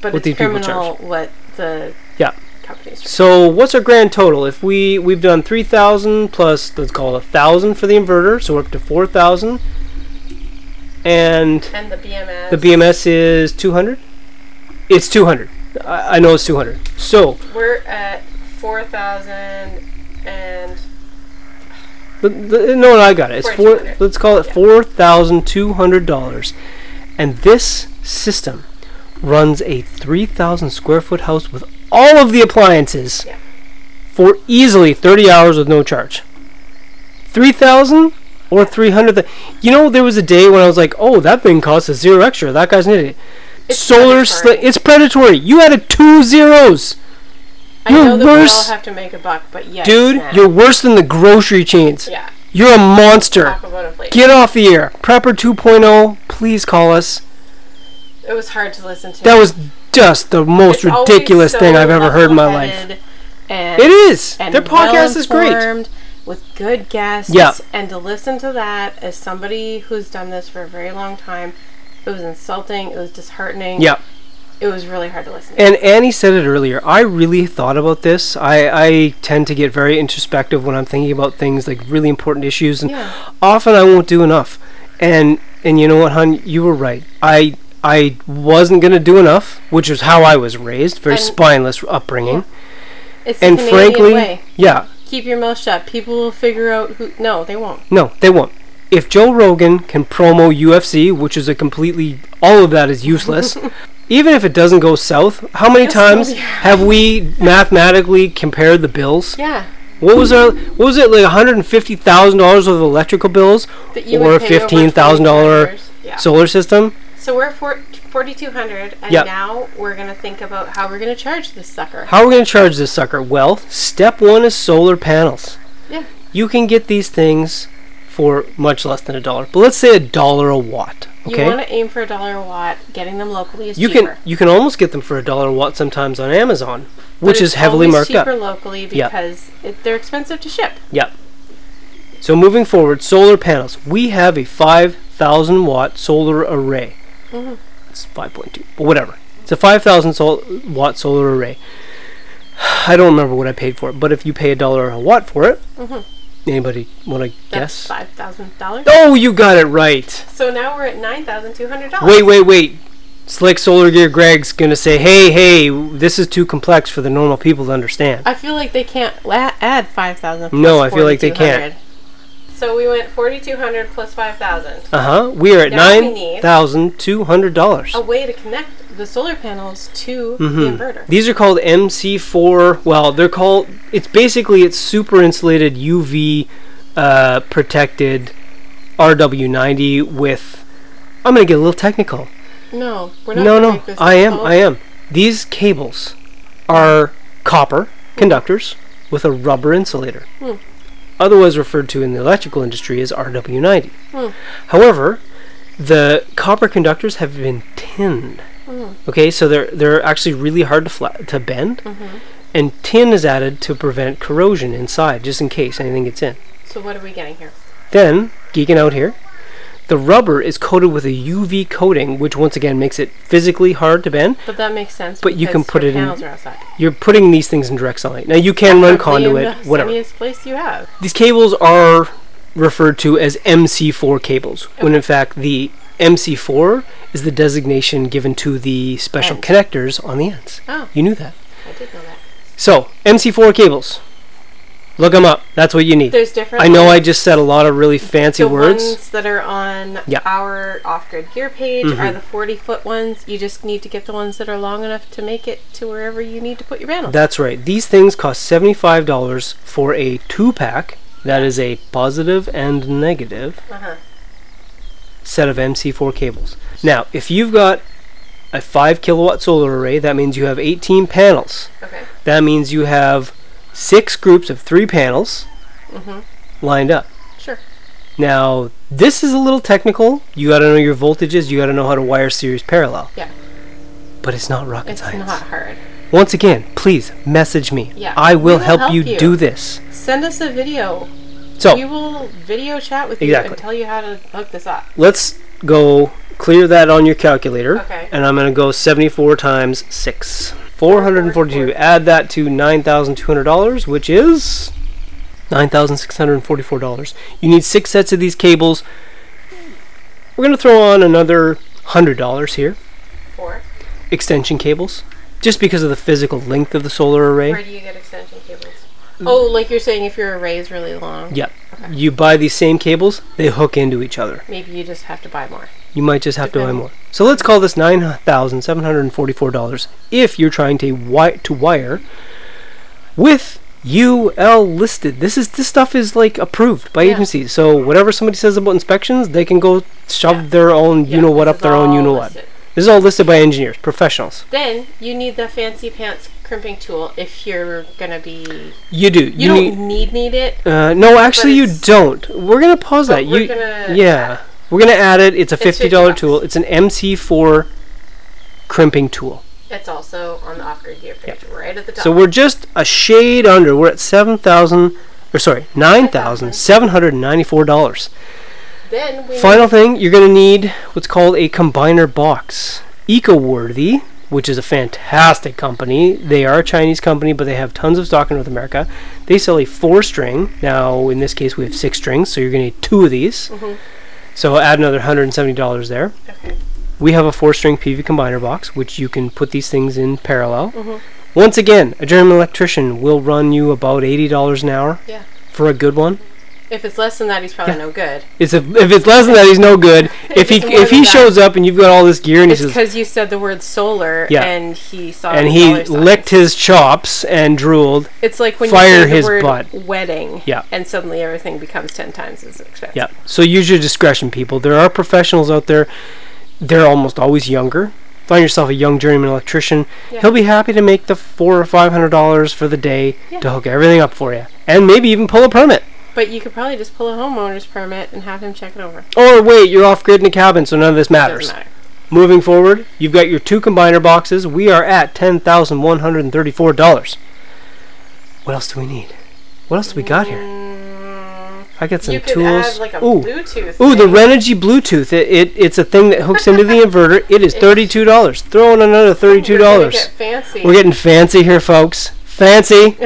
[SPEAKER 3] but
[SPEAKER 2] What
[SPEAKER 3] it's
[SPEAKER 2] these people
[SPEAKER 3] criminal what the
[SPEAKER 2] Yeah.
[SPEAKER 3] companies are.
[SPEAKER 2] So what's our grand total? If we we've done three thousand plus, let's call it thousand for the inverter, so we're up to four thousand. And
[SPEAKER 3] And the BMS.
[SPEAKER 2] the BMS is two hundred. It's two hundred. I, I know it's two hundred. So
[SPEAKER 3] We're at four thousand and
[SPEAKER 2] the, the, no, no, I got it. It's four.
[SPEAKER 3] 4,200.
[SPEAKER 2] Let's call it
[SPEAKER 3] Yeah.
[SPEAKER 2] four thousand two hundred dollars. And this system runs a three thousand square foot house with all of the appliances
[SPEAKER 3] Yeah.
[SPEAKER 2] for easily thirty hours with no charge. Three thousand or three hundred. You know, there was a day when I was like, "Oh, that thing costs a zero extra. That guy's an idiot."
[SPEAKER 3] It's
[SPEAKER 2] Solar,
[SPEAKER 3] predatory.
[SPEAKER 2] sli- it's predatory. You added two zeros.
[SPEAKER 3] I know
[SPEAKER 2] You're
[SPEAKER 3] that
[SPEAKER 2] worse.
[SPEAKER 3] we all have to make a buck, but yeah,
[SPEAKER 2] Dude, you're worse than the grocery chains.
[SPEAKER 3] yeah.
[SPEAKER 2] You're a monster.
[SPEAKER 3] Talk about inflation.
[SPEAKER 2] Get off the air. Prepper 2.0, please call us.
[SPEAKER 3] It was hard to listen to.
[SPEAKER 2] That was just the most
[SPEAKER 3] It's always
[SPEAKER 2] ridiculous thing
[SPEAKER 3] so
[SPEAKER 2] I've ever heard in my life.
[SPEAKER 3] level-headed And,
[SPEAKER 2] It is.
[SPEAKER 3] and
[SPEAKER 2] Their podcast is great.
[SPEAKER 3] well-informed, With good guests.
[SPEAKER 2] Yeah.
[SPEAKER 3] And to listen to that as somebody who's done this for a very long time, it was insulting. It was disheartening.
[SPEAKER 2] Yeah.
[SPEAKER 3] It was really hard to listen to.
[SPEAKER 2] And Annie said it earlier. I really thought about this. I, I tend to get very introspective when I'm thinking about things like really important issues, and
[SPEAKER 3] Yeah.
[SPEAKER 2] often I won't do enough. And and you know what, hon, you were right. I I wasn't gonna do enough, which is how I was raised, very
[SPEAKER 3] And-
[SPEAKER 2] spineless upbringing.
[SPEAKER 3] it's
[SPEAKER 2] And
[SPEAKER 3] the Canadian
[SPEAKER 2] frankly,
[SPEAKER 3] way.
[SPEAKER 2] yeah,
[SPEAKER 3] keep your mouth shut. People will figure out who. No, they won't.
[SPEAKER 2] No, they won't. If Joe Rogan can promo UFC, which is a completely all of that is
[SPEAKER 3] *laughs*
[SPEAKER 2] useless, even if it doesn't go south, how many
[SPEAKER 3] still
[SPEAKER 2] times
[SPEAKER 3] be
[SPEAKER 2] have we mathematically compared the bills?
[SPEAKER 3] Yeah.
[SPEAKER 2] What was our what was it like one hundred and fifty thousand dollars worth of electrical bills
[SPEAKER 3] That you
[SPEAKER 2] or
[SPEAKER 3] would
[SPEAKER 2] a
[SPEAKER 3] pay over
[SPEAKER 2] fifteen thousand dollar
[SPEAKER 3] $20. Yeah.
[SPEAKER 2] solar system?
[SPEAKER 3] So we're at 4,200, and
[SPEAKER 2] Yep.
[SPEAKER 3] now we're going to think about how we're going to charge this sucker.
[SPEAKER 2] How are we going to charge this sucker? Well, step one is solar panels.
[SPEAKER 3] Yeah.
[SPEAKER 2] You can get these things for much less than a dollar, but let's say a dollar a watt. Okay.
[SPEAKER 3] You want to aim for a dollar a watt. Getting them locally is
[SPEAKER 2] you
[SPEAKER 3] cheaper.
[SPEAKER 2] can you can almost get them for a dollar a watt sometimes on Amazon,
[SPEAKER 3] But
[SPEAKER 2] which
[SPEAKER 3] it's
[SPEAKER 2] is heavily
[SPEAKER 3] always
[SPEAKER 2] marked
[SPEAKER 3] cheaper
[SPEAKER 2] up.
[SPEAKER 3] locally
[SPEAKER 2] Yeah.
[SPEAKER 3] because it, they're expensive to ship.
[SPEAKER 2] Yep. So moving forward, solar panels. We have a five thousand watt solar array.
[SPEAKER 3] Mm-hmm.
[SPEAKER 2] It's five point two, but whatever. It's a five thousand sol- watt solar array. *sighs* I don't remember what I paid for it, but if you pay a dollar a watt for it, anybody want to
[SPEAKER 3] Mm-hmm. That's
[SPEAKER 2] guess?
[SPEAKER 3] five thousand dollars.
[SPEAKER 2] Oh, you got it right.
[SPEAKER 3] So now we're at nine thousand two hundred dollars.
[SPEAKER 2] Wait, wait, wait. Slick Solar Gear Greg's gonna say, "Hey, hey, this is too complex for the normal people to understand."
[SPEAKER 3] I feel like they can't la- add five thousand.
[SPEAKER 2] No, I feel like they can't.
[SPEAKER 3] So we went forty two hundred plus five thousand.
[SPEAKER 2] Uh huh. We are at
[SPEAKER 3] Now we
[SPEAKER 2] nine
[SPEAKER 3] need-
[SPEAKER 2] thousand two hundred dollars.
[SPEAKER 3] A way to connect the solar panels to
[SPEAKER 2] Mm-hmm.
[SPEAKER 3] the inverter.
[SPEAKER 2] These are called MC4. Well, they're called. It's basically it's super insulated UV uh, protected RW90 with. I'm gonna get a little technical.
[SPEAKER 3] No, we're not.
[SPEAKER 2] No,
[SPEAKER 3] gonna
[SPEAKER 2] no,
[SPEAKER 3] make this
[SPEAKER 2] I am.
[SPEAKER 3] difficult.
[SPEAKER 2] I am. These cables are copper conductors with a rubber insulator,
[SPEAKER 3] Hmm.
[SPEAKER 2] otherwise referred to in the electrical industry as RW90.
[SPEAKER 3] Hmm.
[SPEAKER 2] However, the copper conductors have been tinned.
[SPEAKER 3] Hmm.
[SPEAKER 2] Okay, so they're they're actually really hard to fla- to bend,
[SPEAKER 3] Mm-hmm.
[SPEAKER 2] and tin is added to prevent corrosion inside, just in case anything gets in.
[SPEAKER 3] So what are we getting here?
[SPEAKER 2] Then, geeking out here, the rubber is coated with a UV coating, which once again makes it physically hard to bend.
[SPEAKER 3] But that makes sense.
[SPEAKER 2] But you
[SPEAKER 3] because
[SPEAKER 2] can put
[SPEAKER 3] your
[SPEAKER 2] it in-
[SPEAKER 3] panels Are outside.
[SPEAKER 2] You're putting these things in direct sunlight. Now you can run
[SPEAKER 3] Probably in
[SPEAKER 2] conduit,
[SPEAKER 3] the
[SPEAKER 2] whatever.
[SPEAKER 3] sunniest place you have.
[SPEAKER 2] These cables are referred to as MC4 cables, when in fact the MC4 is the designation given to the special
[SPEAKER 3] End.
[SPEAKER 2] connectors on the ends.
[SPEAKER 3] Oh,
[SPEAKER 2] You knew that.
[SPEAKER 3] I did know that.
[SPEAKER 2] So, MC4 cables. Look them up. That's what you need.
[SPEAKER 3] There's different.
[SPEAKER 2] I know
[SPEAKER 3] ones.
[SPEAKER 2] I just said a lot of really fancy
[SPEAKER 3] the
[SPEAKER 2] words.
[SPEAKER 3] ones that are on
[SPEAKER 2] Yeah. Mm-hmm.
[SPEAKER 3] our off-grid gear page are the 40-foot ones. You just need to get the ones that are long enough to make it to wherever you need to put your panel.
[SPEAKER 2] That's right. These things cost $75 for a two pack. That is a positive and negative
[SPEAKER 3] Uh-huh.
[SPEAKER 2] set of MC4 cables. Now, if you've got a 5 kilowatt solar array, that means you have 18 panels.
[SPEAKER 3] Okay.
[SPEAKER 2] That means you have six groups of three panels
[SPEAKER 3] Mhm.
[SPEAKER 2] lined up.
[SPEAKER 3] Sure.
[SPEAKER 2] Now, this is a little technical. You got to know your voltages, you got to know how to wire series parallel.
[SPEAKER 3] Yeah.
[SPEAKER 2] But it's not rocket
[SPEAKER 3] It's
[SPEAKER 2] science.
[SPEAKER 3] not hard.
[SPEAKER 2] Once again, please message me.
[SPEAKER 3] Yeah,
[SPEAKER 2] I
[SPEAKER 3] we
[SPEAKER 2] will,
[SPEAKER 3] will
[SPEAKER 2] help,
[SPEAKER 3] help
[SPEAKER 2] you,
[SPEAKER 3] you.
[SPEAKER 2] do this.
[SPEAKER 3] Send us a video.
[SPEAKER 2] So,
[SPEAKER 3] We will video chat with you
[SPEAKER 2] Oh. Exactly.
[SPEAKER 3] and tell you how to hook this up.
[SPEAKER 2] let's go clear that on your calculator.
[SPEAKER 3] Okay.
[SPEAKER 2] And I'm going to go 74 times 6. 442. Add that to $9,200, which is $9,644. You need six sets of these cables. We're going to throw on another $100 here.
[SPEAKER 3] Or
[SPEAKER 2] Extension cables. Just because of the physical length of the solar array.
[SPEAKER 3] where do you get extension cables? Oh, like you're saying, if your array is really long,
[SPEAKER 2] Yep. You buy these same cables, they hook into each other.
[SPEAKER 3] maybe you just have to buy more.
[SPEAKER 2] You might just have to buy
[SPEAKER 3] Depending.
[SPEAKER 2] more. So let's call this nine thousand seven hundred and forty-four dollars if you're trying to wi- to wire with UL listed. This is this stuff is like approved by
[SPEAKER 3] Yeah.
[SPEAKER 2] agencies. So whatever somebody says about inspections, they can go shove
[SPEAKER 3] Yeah.
[SPEAKER 2] their own you
[SPEAKER 3] Yeah,
[SPEAKER 2] know what
[SPEAKER 3] this
[SPEAKER 2] up
[SPEAKER 3] is
[SPEAKER 2] their own you
[SPEAKER 3] all
[SPEAKER 2] know
[SPEAKER 3] listed.
[SPEAKER 2] what. This is all listed by engineers, professionals.
[SPEAKER 3] Then you need the fancy pants crimping tool if you're gonna be.
[SPEAKER 2] You do.
[SPEAKER 3] You, don't need need it.
[SPEAKER 2] Uh, no, actually, you
[SPEAKER 3] it's-
[SPEAKER 2] don't. We're gonna pause
[SPEAKER 3] But
[SPEAKER 2] that.
[SPEAKER 3] we're
[SPEAKER 2] you,
[SPEAKER 3] gonna add
[SPEAKER 2] yeah, we're gonna add it. It's a
[SPEAKER 3] It's
[SPEAKER 2] fifty dollar
[SPEAKER 3] $50.
[SPEAKER 2] tool. It's an MC4 crimping tool.
[SPEAKER 3] It's also on the off grid gear page, right at the top.
[SPEAKER 2] So we're just a shade under. We're at seven thousand, or sorry, nine thousand seven hundred ninety-four dollars.
[SPEAKER 3] then we
[SPEAKER 2] Final thing, you're gonna need what's called a combiner box. EcoWorthy, which is a fantastic company. They are a Chinese company, but they have tons of stock in North America. They sell a four-string. Now, in this case, we have six strings, so you're gonna need two of these. So add another hundred and seventy dollars there.
[SPEAKER 3] Mm-hmm. Okay.
[SPEAKER 2] We have a four-string PV combiner box, which you can put these things in parallel.
[SPEAKER 3] Mm-hmm.
[SPEAKER 2] Once again, a German electrician will run you about eighty dollars an hour
[SPEAKER 3] Yeah.
[SPEAKER 2] for a good one.
[SPEAKER 3] If it's less than that, he's probably no good.
[SPEAKER 2] It's a, if it's less than that, he's no
[SPEAKER 3] *laughs*
[SPEAKER 2] good. If he
[SPEAKER 3] If it's more
[SPEAKER 2] if he
[SPEAKER 3] than that.
[SPEAKER 2] shows up and you've got all this gear and he
[SPEAKER 3] It's
[SPEAKER 2] says,
[SPEAKER 3] because you said the word solar
[SPEAKER 2] Yeah.
[SPEAKER 3] and he saw
[SPEAKER 2] and
[SPEAKER 3] the
[SPEAKER 2] he
[SPEAKER 3] dollar signs.
[SPEAKER 2] licked his chops and drooled.
[SPEAKER 3] It's like when
[SPEAKER 2] fire
[SPEAKER 3] you say
[SPEAKER 2] his
[SPEAKER 3] the word
[SPEAKER 2] butt.
[SPEAKER 3] wedding.
[SPEAKER 2] Yeah.
[SPEAKER 3] And suddenly everything becomes ten times as expensive.
[SPEAKER 2] Yeah. So use your discretion, people. There are professionals out there. They're almost always younger. Find yourself a young journeyman electrician.
[SPEAKER 3] Yeah.
[SPEAKER 2] He'll be happy to make the four or five hundred dollars for the day
[SPEAKER 3] Yeah.
[SPEAKER 2] to hook everything up for you, and maybe even pull a permit.
[SPEAKER 3] But you could probably just pull a homeowner's permit and have him check it over.
[SPEAKER 2] Or wait, you're off grid in a cabin, so none of this matters.
[SPEAKER 3] Doesn't matter.
[SPEAKER 2] Moving forward, you've got your two combiner boxes. We are at ten thousand one hundred and thirty-four dollars. What else do we need? What else do we got here?
[SPEAKER 3] Mm,
[SPEAKER 2] I got some
[SPEAKER 3] you could
[SPEAKER 2] tools.
[SPEAKER 3] add like a
[SPEAKER 2] ooh,
[SPEAKER 3] Bluetooth.
[SPEAKER 2] ooh, the
[SPEAKER 3] thing.
[SPEAKER 2] Renogy Bluetooth. It, it it's a thing that hooks into the inverter. It
[SPEAKER 3] *laughs*
[SPEAKER 2] is thirty-two dollars. Throw in another thirty-two
[SPEAKER 3] We're gonna
[SPEAKER 2] dollars.
[SPEAKER 3] get fancy.
[SPEAKER 2] We're getting fancy here, folks. Fancy
[SPEAKER 3] *laughs*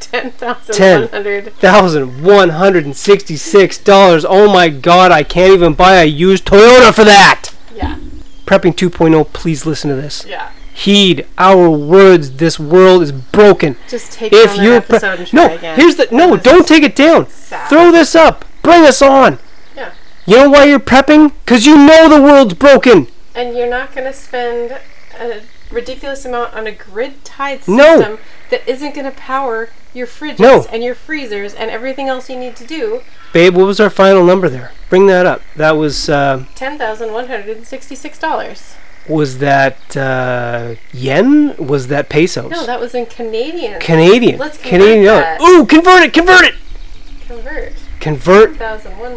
[SPEAKER 3] ten thousand one hundred.
[SPEAKER 2] thousand one hundred and sixty-six dollars. Oh my God! I can't even buy a used Toyota for that.
[SPEAKER 3] Yeah,
[SPEAKER 2] Prepping 2.0. Please listen to this.
[SPEAKER 3] yeah.
[SPEAKER 2] heed our words. This world is broken.
[SPEAKER 3] Just take
[SPEAKER 2] If
[SPEAKER 3] down that
[SPEAKER 2] you're pre-
[SPEAKER 3] episode and try
[SPEAKER 2] no,
[SPEAKER 3] again.
[SPEAKER 2] here's the no.
[SPEAKER 3] This
[SPEAKER 2] Don't
[SPEAKER 3] is
[SPEAKER 2] take it down.
[SPEAKER 3] sad.
[SPEAKER 2] Throw this up. Bring us on.
[SPEAKER 3] Yeah.
[SPEAKER 2] You know why you're prepping? Cause you know the world's broken.
[SPEAKER 3] And you're not going to spend a ridiculous amount on a grid tied system
[SPEAKER 2] No.
[SPEAKER 3] that isn't going to power your fridges
[SPEAKER 2] No.
[SPEAKER 3] and your freezers and everything else you need to do.
[SPEAKER 2] Babe, what was our final number there? Bring that up. That was uh,
[SPEAKER 3] Ten thousand one hundred and sixty-six dollars.
[SPEAKER 2] was that uh, yen? Was that pesos?
[SPEAKER 3] No, that was in Canadian.
[SPEAKER 2] Canadian.
[SPEAKER 3] Let's convert
[SPEAKER 2] Canadian. dollar.
[SPEAKER 3] that.
[SPEAKER 2] Ooh, convert it. Convert it.
[SPEAKER 3] Convert
[SPEAKER 2] Convert
[SPEAKER 3] thousand one.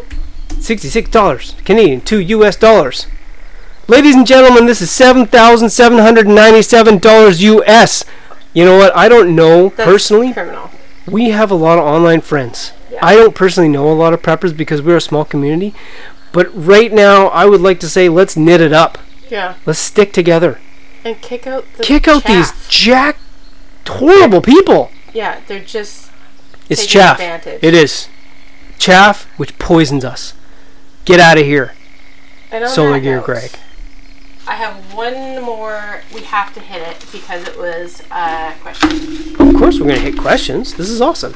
[SPEAKER 2] sixty-six dollars Canadian to U.S. dollars. Ladies and gentlemen, this is seven thousand seven hundred ninety-seven dollars U.S. You know what? I don't know
[SPEAKER 3] That's
[SPEAKER 2] personally.
[SPEAKER 3] criminal.
[SPEAKER 2] We have a lot of online friends.
[SPEAKER 3] Yeah.
[SPEAKER 2] I don't personally know a lot of preppers because we're a small community. But right now, I would like to say let's knit it up.
[SPEAKER 3] Yeah,
[SPEAKER 2] Let's stick together.
[SPEAKER 3] and kick out the
[SPEAKER 2] Kick out these
[SPEAKER 3] chaff.
[SPEAKER 2] jack horrible people.
[SPEAKER 3] Yeah, they're just
[SPEAKER 2] It's
[SPEAKER 3] Taking
[SPEAKER 2] chaff.
[SPEAKER 3] advantage.
[SPEAKER 2] It is chaff, which poisons us. Get out of here.
[SPEAKER 3] And on
[SPEAKER 2] Solar
[SPEAKER 3] that
[SPEAKER 2] Gear
[SPEAKER 3] note,
[SPEAKER 2] Greg.
[SPEAKER 3] I have one more. We have to hit it because it was a question.
[SPEAKER 2] Of course, we're gonna hit questions. This is awesome.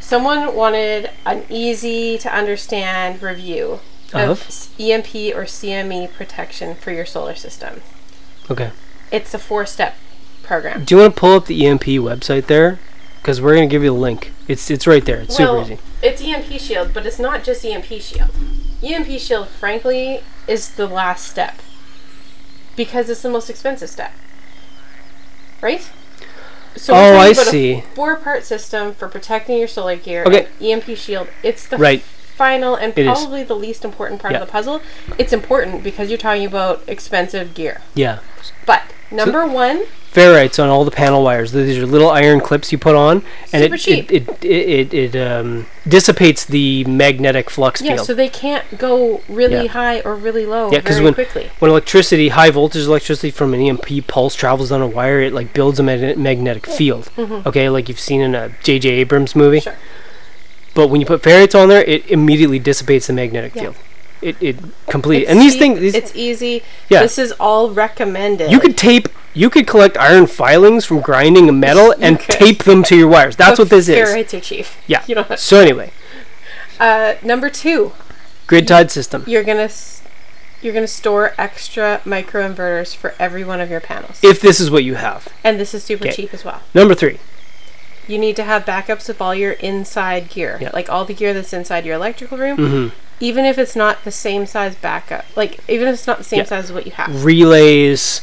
[SPEAKER 3] Someone wanted an easy to understand review
[SPEAKER 2] Of?
[SPEAKER 3] of s- EMP or CME protection for your solar system.
[SPEAKER 2] Okay.
[SPEAKER 3] It's a four step program.
[SPEAKER 2] Do you want to pull up the EMP website there? Because we're gonna give you the link. It's it's right there. It's
[SPEAKER 3] well,
[SPEAKER 2] super easy.
[SPEAKER 3] It's EMP Shield, but it's not E just EMP Shield. EMP Shield, frankly, is the last step. because it's the most expensive stack. Right? So
[SPEAKER 2] Oh,
[SPEAKER 3] talking
[SPEAKER 2] I
[SPEAKER 3] about a
[SPEAKER 2] see.
[SPEAKER 3] Four-part system for protecting your solar gear.
[SPEAKER 2] Okay.
[SPEAKER 3] and EMP shield. It's the
[SPEAKER 2] Right.
[SPEAKER 3] final and
[SPEAKER 2] It is.
[SPEAKER 3] probably the least important part
[SPEAKER 2] Yeah.
[SPEAKER 3] of the puzzle. It's important because you're talking about expensive gear.
[SPEAKER 2] Yeah.
[SPEAKER 3] But number one,
[SPEAKER 2] Ferrites on all the panel wires. These are little iron clips you put on, and
[SPEAKER 3] Super
[SPEAKER 2] it,
[SPEAKER 3] cheap.
[SPEAKER 2] it it it, it, um, dissipates the magnetic flux
[SPEAKER 3] yeah,
[SPEAKER 2] field.
[SPEAKER 3] so they can't go really
[SPEAKER 2] Yeah.
[SPEAKER 3] high or really low
[SPEAKER 2] Yeah, because
[SPEAKER 3] very
[SPEAKER 2] when
[SPEAKER 3] quickly.
[SPEAKER 2] when electricity, high voltage electricity from an EMP pulse travels down a wire, it like builds a magne- magnetic field. Okay, like you've seen in a J.J. Abrams movie.
[SPEAKER 3] Mm-hmm. Sure.
[SPEAKER 2] But when you put ferrites on there, it immediately dissipates the magnetic
[SPEAKER 3] Yeah.
[SPEAKER 2] field. It it completely
[SPEAKER 3] It's
[SPEAKER 2] and these
[SPEAKER 3] cheap,
[SPEAKER 2] things these
[SPEAKER 3] it's easy.
[SPEAKER 2] Yeah.
[SPEAKER 3] This is all recommended.
[SPEAKER 2] you could tape you could collect iron filings from grinding a metal
[SPEAKER 3] *laughs*
[SPEAKER 2] and
[SPEAKER 3] could.
[SPEAKER 2] tape them to your wires. That's
[SPEAKER 3] But
[SPEAKER 2] what this is.
[SPEAKER 3] Ferrets are *laughs* chief.
[SPEAKER 2] Yeah.
[SPEAKER 3] E. You know.
[SPEAKER 2] So anyway,
[SPEAKER 3] Uh, number two,
[SPEAKER 2] grid tied system.
[SPEAKER 3] you're gonna s- you're gonna store extra microinverters for every one of your panels,
[SPEAKER 2] If this is what you have.
[SPEAKER 3] and this is super
[SPEAKER 2] Okay.
[SPEAKER 3] cheap as well.
[SPEAKER 2] Number 3.
[SPEAKER 3] You need to have backups of all your inside gear,
[SPEAKER 2] Yeah. Mm-hmm.
[SPEAKER 3] like all the gear that's inside your electrical room, even if it's not the same size backup. Like even if it's not the same
[SPEAKER 2] Yeah.
[SPEAKER 3] size as what you have.
[SPEAKER 2] relays.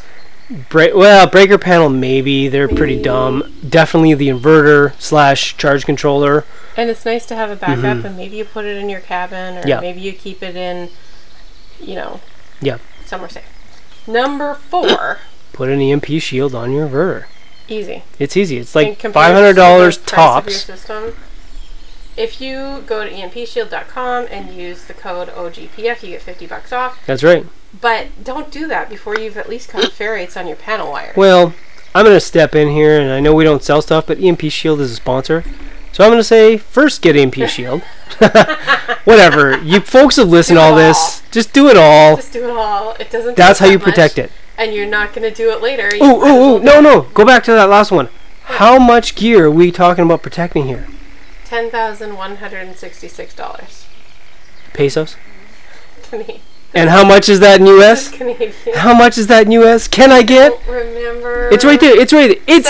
[SPEAKER 2] Break, well, breaker panel maybe they're pretty dumb. Definitely the inverter slash charge controller.
[SPEAKER 3] And it's nice to have a backup, and maybe you put it in your cabin, or
[SPEAKER 2] Mm-hmm. Yeah.
[SPEAKER 3] maybe you keep it in, you know,
[SPEAKER 2] Yeah,
[SPEAKER 3] somewhere safe. Number four,
[SPEAKER 2] put an EMP shield on your inverter.
[SPEAKER 3] easy.
[SPEAKER 2] It's easy. It's
[SPEAKER 3] And
[SPEAKER 2] like
[SPEAKER 3] compared
[SPEAKER 2] five
[SPEAKER 3] to the
[SPEAKER 2] hundred dollars
[SPEAKER 3] price of your
[SPEAKER 2] tops.
[SPEAKER 3] system, If you go to E empshield.com and use the code OGPF, you get 50 bucks off.
[SPEAKER 2] That's right.
[SPEAKER 3] But don't do that before you've at least counted ferrates on your panel wire.
[SPEAKER 2] Well, I'm gonna step in here, and I know we don't sell stuff, but EMP Shield is a sponsor, so I'm gonna say first get
[SPEAKER 3] *laughs*
[SPEAKER 2] EMP Shield. *laughs* Whatever you folks have listened
[SPEAKER 3] Do
[SPEAKER 2] to
[SPEAKER 3] it
[SPEAKER 2] all
[SPEAKER 3] all.
[SPEAKER 2] this, just do it all.
[SPEAKER 3] Just do it all. It doesn't.
[SPEAKER 2] That's
[SPEAKER 3] cost
[SPEAKER 2] how
[SPEAKER 3] that
[SPEAKER 2] you
[SPEAKER 3] much,
[SPEAKER 2] protect it.
[SPEAKER 3] And you're not going to do it later. You
[SPEAKER 2] Oh,
[SPEAKER 3] might as
[SPEAKER 2] oh, oh,
[SPEAKER 3] well
[SPEAKER 2] no,
[SPEAKER 3] do
[SPEAKER 2] no. Go back to that last one. How much gear are we talking about protecting here?
[SPEAKER 3] *laughs* $10,166.
[SPEAKER 2] Pesos?
[SPEAKER 3] Canadian.
[SPEAKER 2] And how much is that in US?
[SPEAKER 3] *laughs* Canadian.
[SPEAKER 2] How much is that in US? Can I get?
[SPEAKER 3] Don't remember.
[SPEAKER 2] It's right there. It's right there. It's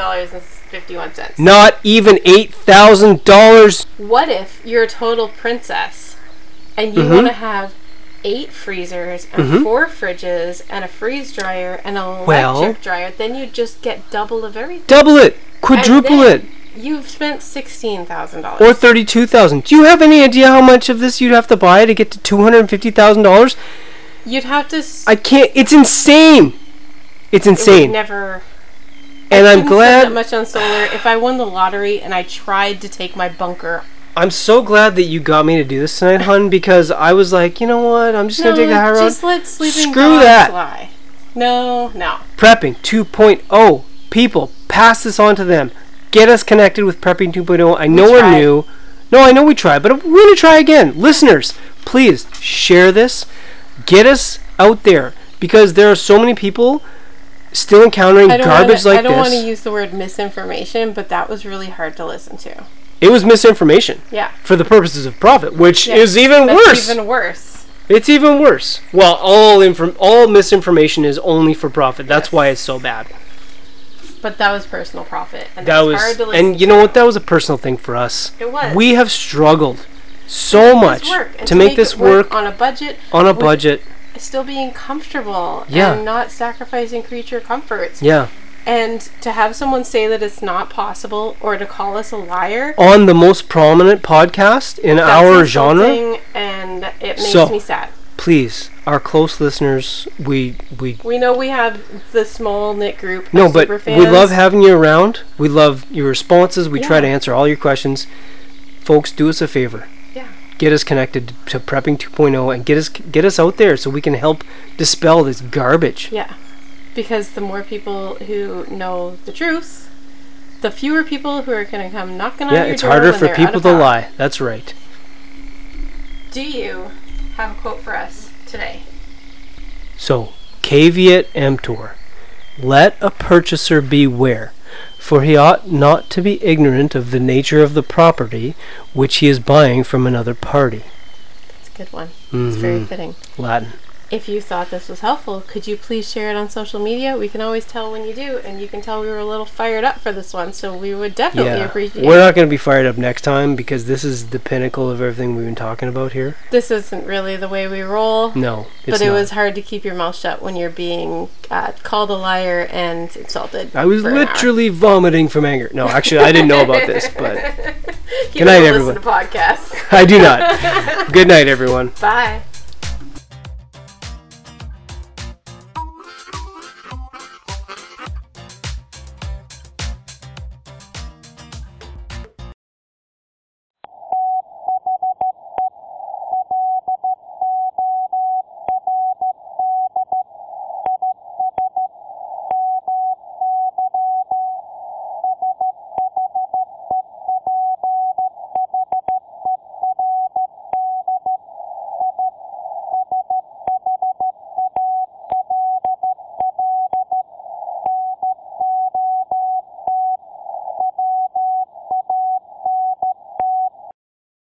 [SPEAKER 3] $7,797.51.
[SPEAKER 2] not even $8,000.
[SPEAKER 3] What if you're a total princess and
[SPEAKER 2] Mm-hmm.
[SPEAKER 3] you want to have eight freezers and four fridges and a freeze dryer and an electric
[SPEAKER 2] Well-
[SPEAKER 3] dryer? Then you just get double of everything.
[SPEAKER 2] Double it.
[SPEAKER 3] And
[SPEAKER 2] Quadruple
[SPEAKER 3] then
[SPEAKER 2] it.
[SPEAKER 3] You've spent sixteen thousand dollars.
[SPEAKER 2] Or 32000 Do you have any idea how much of this you'd have to buy to get to $250,000?
[SPEAKER 3] You'd have to. S-
[SPEAKER 2] I can't. It's insane. It's
[SPEAKER 3] it would
[SPEAKER 2] insane.
[SPEAKER 3] Never.
[SPEAKER 2] and I'm
[SPEAKER 3] couldn't spend that
[SPEAKER 2] glad.
[SPEAKER 3] much on solar. If I won the lottery and I tried to take my bunker,
[SPEAKER 2] I'm so glad that you got me to do this tonight, hun, because I was like, you know what? I'm just going
[SPEAKER 3] no,
[SPEAKER 2] to take the high road.
[SPEAKER 3] just let sleeping
[SPEAKER 2] Screw
[SPEAKER 3] dogs
[SPEAKER 2] that.
[SPEAKER 3] lie. No, no.
[SPEAKER 2] Prepping 2.0. People, pass this on to them. Get us connected with Prepping 2.0. I know we're
[SPEAKER 3] tried.
[SPEAKER 2] new. No, I know we tried, but we're going to try again. Listeners, please share this. Get us out there because there are so many people still encountering
[SPEAKER 3] I don't
[SPEAKER 2] garbage
[SPEAKER 3] wanna, I
[SPEAKER 2] like
[SPEAKER 3] don't want to
[SPEAKER 2] this.
[SPEAKER 3] use the word misinformation, but that was really hard to listen to.
[SPEAKER 2] it was misinformation
[SPEAKER 3] Yeah.
[SPEAKER 2] for the purposes of profit, which
[SPEAKER 3] Yeah,
[SPEAKER 2] is even
[SPEAKER 3] That's
[SPEAKER 2] worse.
[SPEAKER 3] Even worse.
[SPEAKER 2] it's even worse. Well, all inform- all misinformation is only for profit. That's
[SPEAKER 3] Yes.
[SPEAKER 2] why it's so bad.
[SPEAKER 3] But that was personal profit, and
[SPEAKER 2] that
[SPEAKER 3] that's
[SPEAKER 2] was
[SPEAKER 3] hard to listen.
[SPEAKER 2] and you know what that was a personal thing for us
[SPEAKER 3] It was.
[SPEAKER 2] we have struggled so
[SPEAKER 3] to
[SPEAKER 2] much
[SPEAKER 3] this work, and
[SPEAKER 2] to make this
[SPEAKER 3] it
[SPEAKER 2] work
[SPEAKER 3] on a budget,
[SPEAKER 2] on a
[SPEAKER 3] with
[SPEAKER 2] budget
[SPEAKER 3] still being comfortable,
[SPEAKER 2] Yeah.
[SPEAKER 3] and not sacrificing creature comforts,
[SPEAKER 2] yeah
[SPEAKER 3] and to have someone say that it's not possible or to call us a liar.
[SPEAKER 2] on the most prominent podcast in
[SPEAKER 3] that's
[SPEAKER 2] our genre
[SPEAKER 3] insulting, and it makes
[SPEAKER 2] So-
[SPEAKER 3] me sad.
[SPEAKER 2] please our close listeners we we
[SPEAKER 3] We know we have the small knit group. of
[SPEAKER 2] no but we
[SPEAKER 3] superfans.
[SPEAKER 2] love having you around we love your responses we try
[SPEAKER 3] Yeah.
[SPEAKER 2] to answer all your questions folks do us a favor
[SPEAKER 3] Yeah.
[SPEAKER 2] get us connected to prepping 2.0 and get us get us out there so we can help dispel this garbage
[SPEAKER 3] Yeah. Because the more people who know the truth, the fewer people who are going to come knocking on
[SPEAKER 2] yeah
[SPEAKER 3] your
[SPEAKER 2] it's
[SPEAKER 3] door
[SPEAKER 2] harder
[SPEAKER 3] when
[SPEAKER 2] for
[SPEAKER 3] they're out
[SPEAKER 2] people
[SPEAKER 3] of
[SPEAKER 2] to
[SPEAKER 3] power.
[SPEAKER 2] lie that's right
[SPEAKER 3] Do you have a quote for us today?
[SPEAKER 2] So, caveat emptor. Let a purchaser beware, for he ought not to be ignorant of the nature of the property which he is buying from another party. Mm-hmm.
[SPEAKER 3] It's a good one. It's very fitting.
[SPEAKER 2] Latin.
[SPEAKER 3] If you thought this was helpful, could you please share it on social media? We can always tell when you do, and you can tell we were a little fired up for this one, so we would definitely
[SPEAKER 2] Yeah.
[SPEAKER 3] appreciate
[SPEAKER 2] We're
[SPEAKER 3] it.
[SPEAKER 2] not going to be fired up next time because this is the pinnacle of everything we've been talking about here.
[SPEAKER 3] This isn't really the way we roll,
[SPEAKER 2] No, it's
[SPEAKER 3] but it
[SPEAKER 2] not.
[SPEAKER 3] was hard to keep your mouth shut when you're being uh, called a liar and insulted.
[SPEAKER 2] I was
[SPEAKER 3] for an hour.
[SPEAKER 2] literally vomiting from anger. No, actually, I didn't know about this, but
[SPEAKER 3] Keep
[SPEAKER 2] Good night,
[SPEAKER 3] it a listen to podcasts. *laughs*
[SPEAKER 2] I do not. Good night, everyone.
[SPEAKER 3] Bye.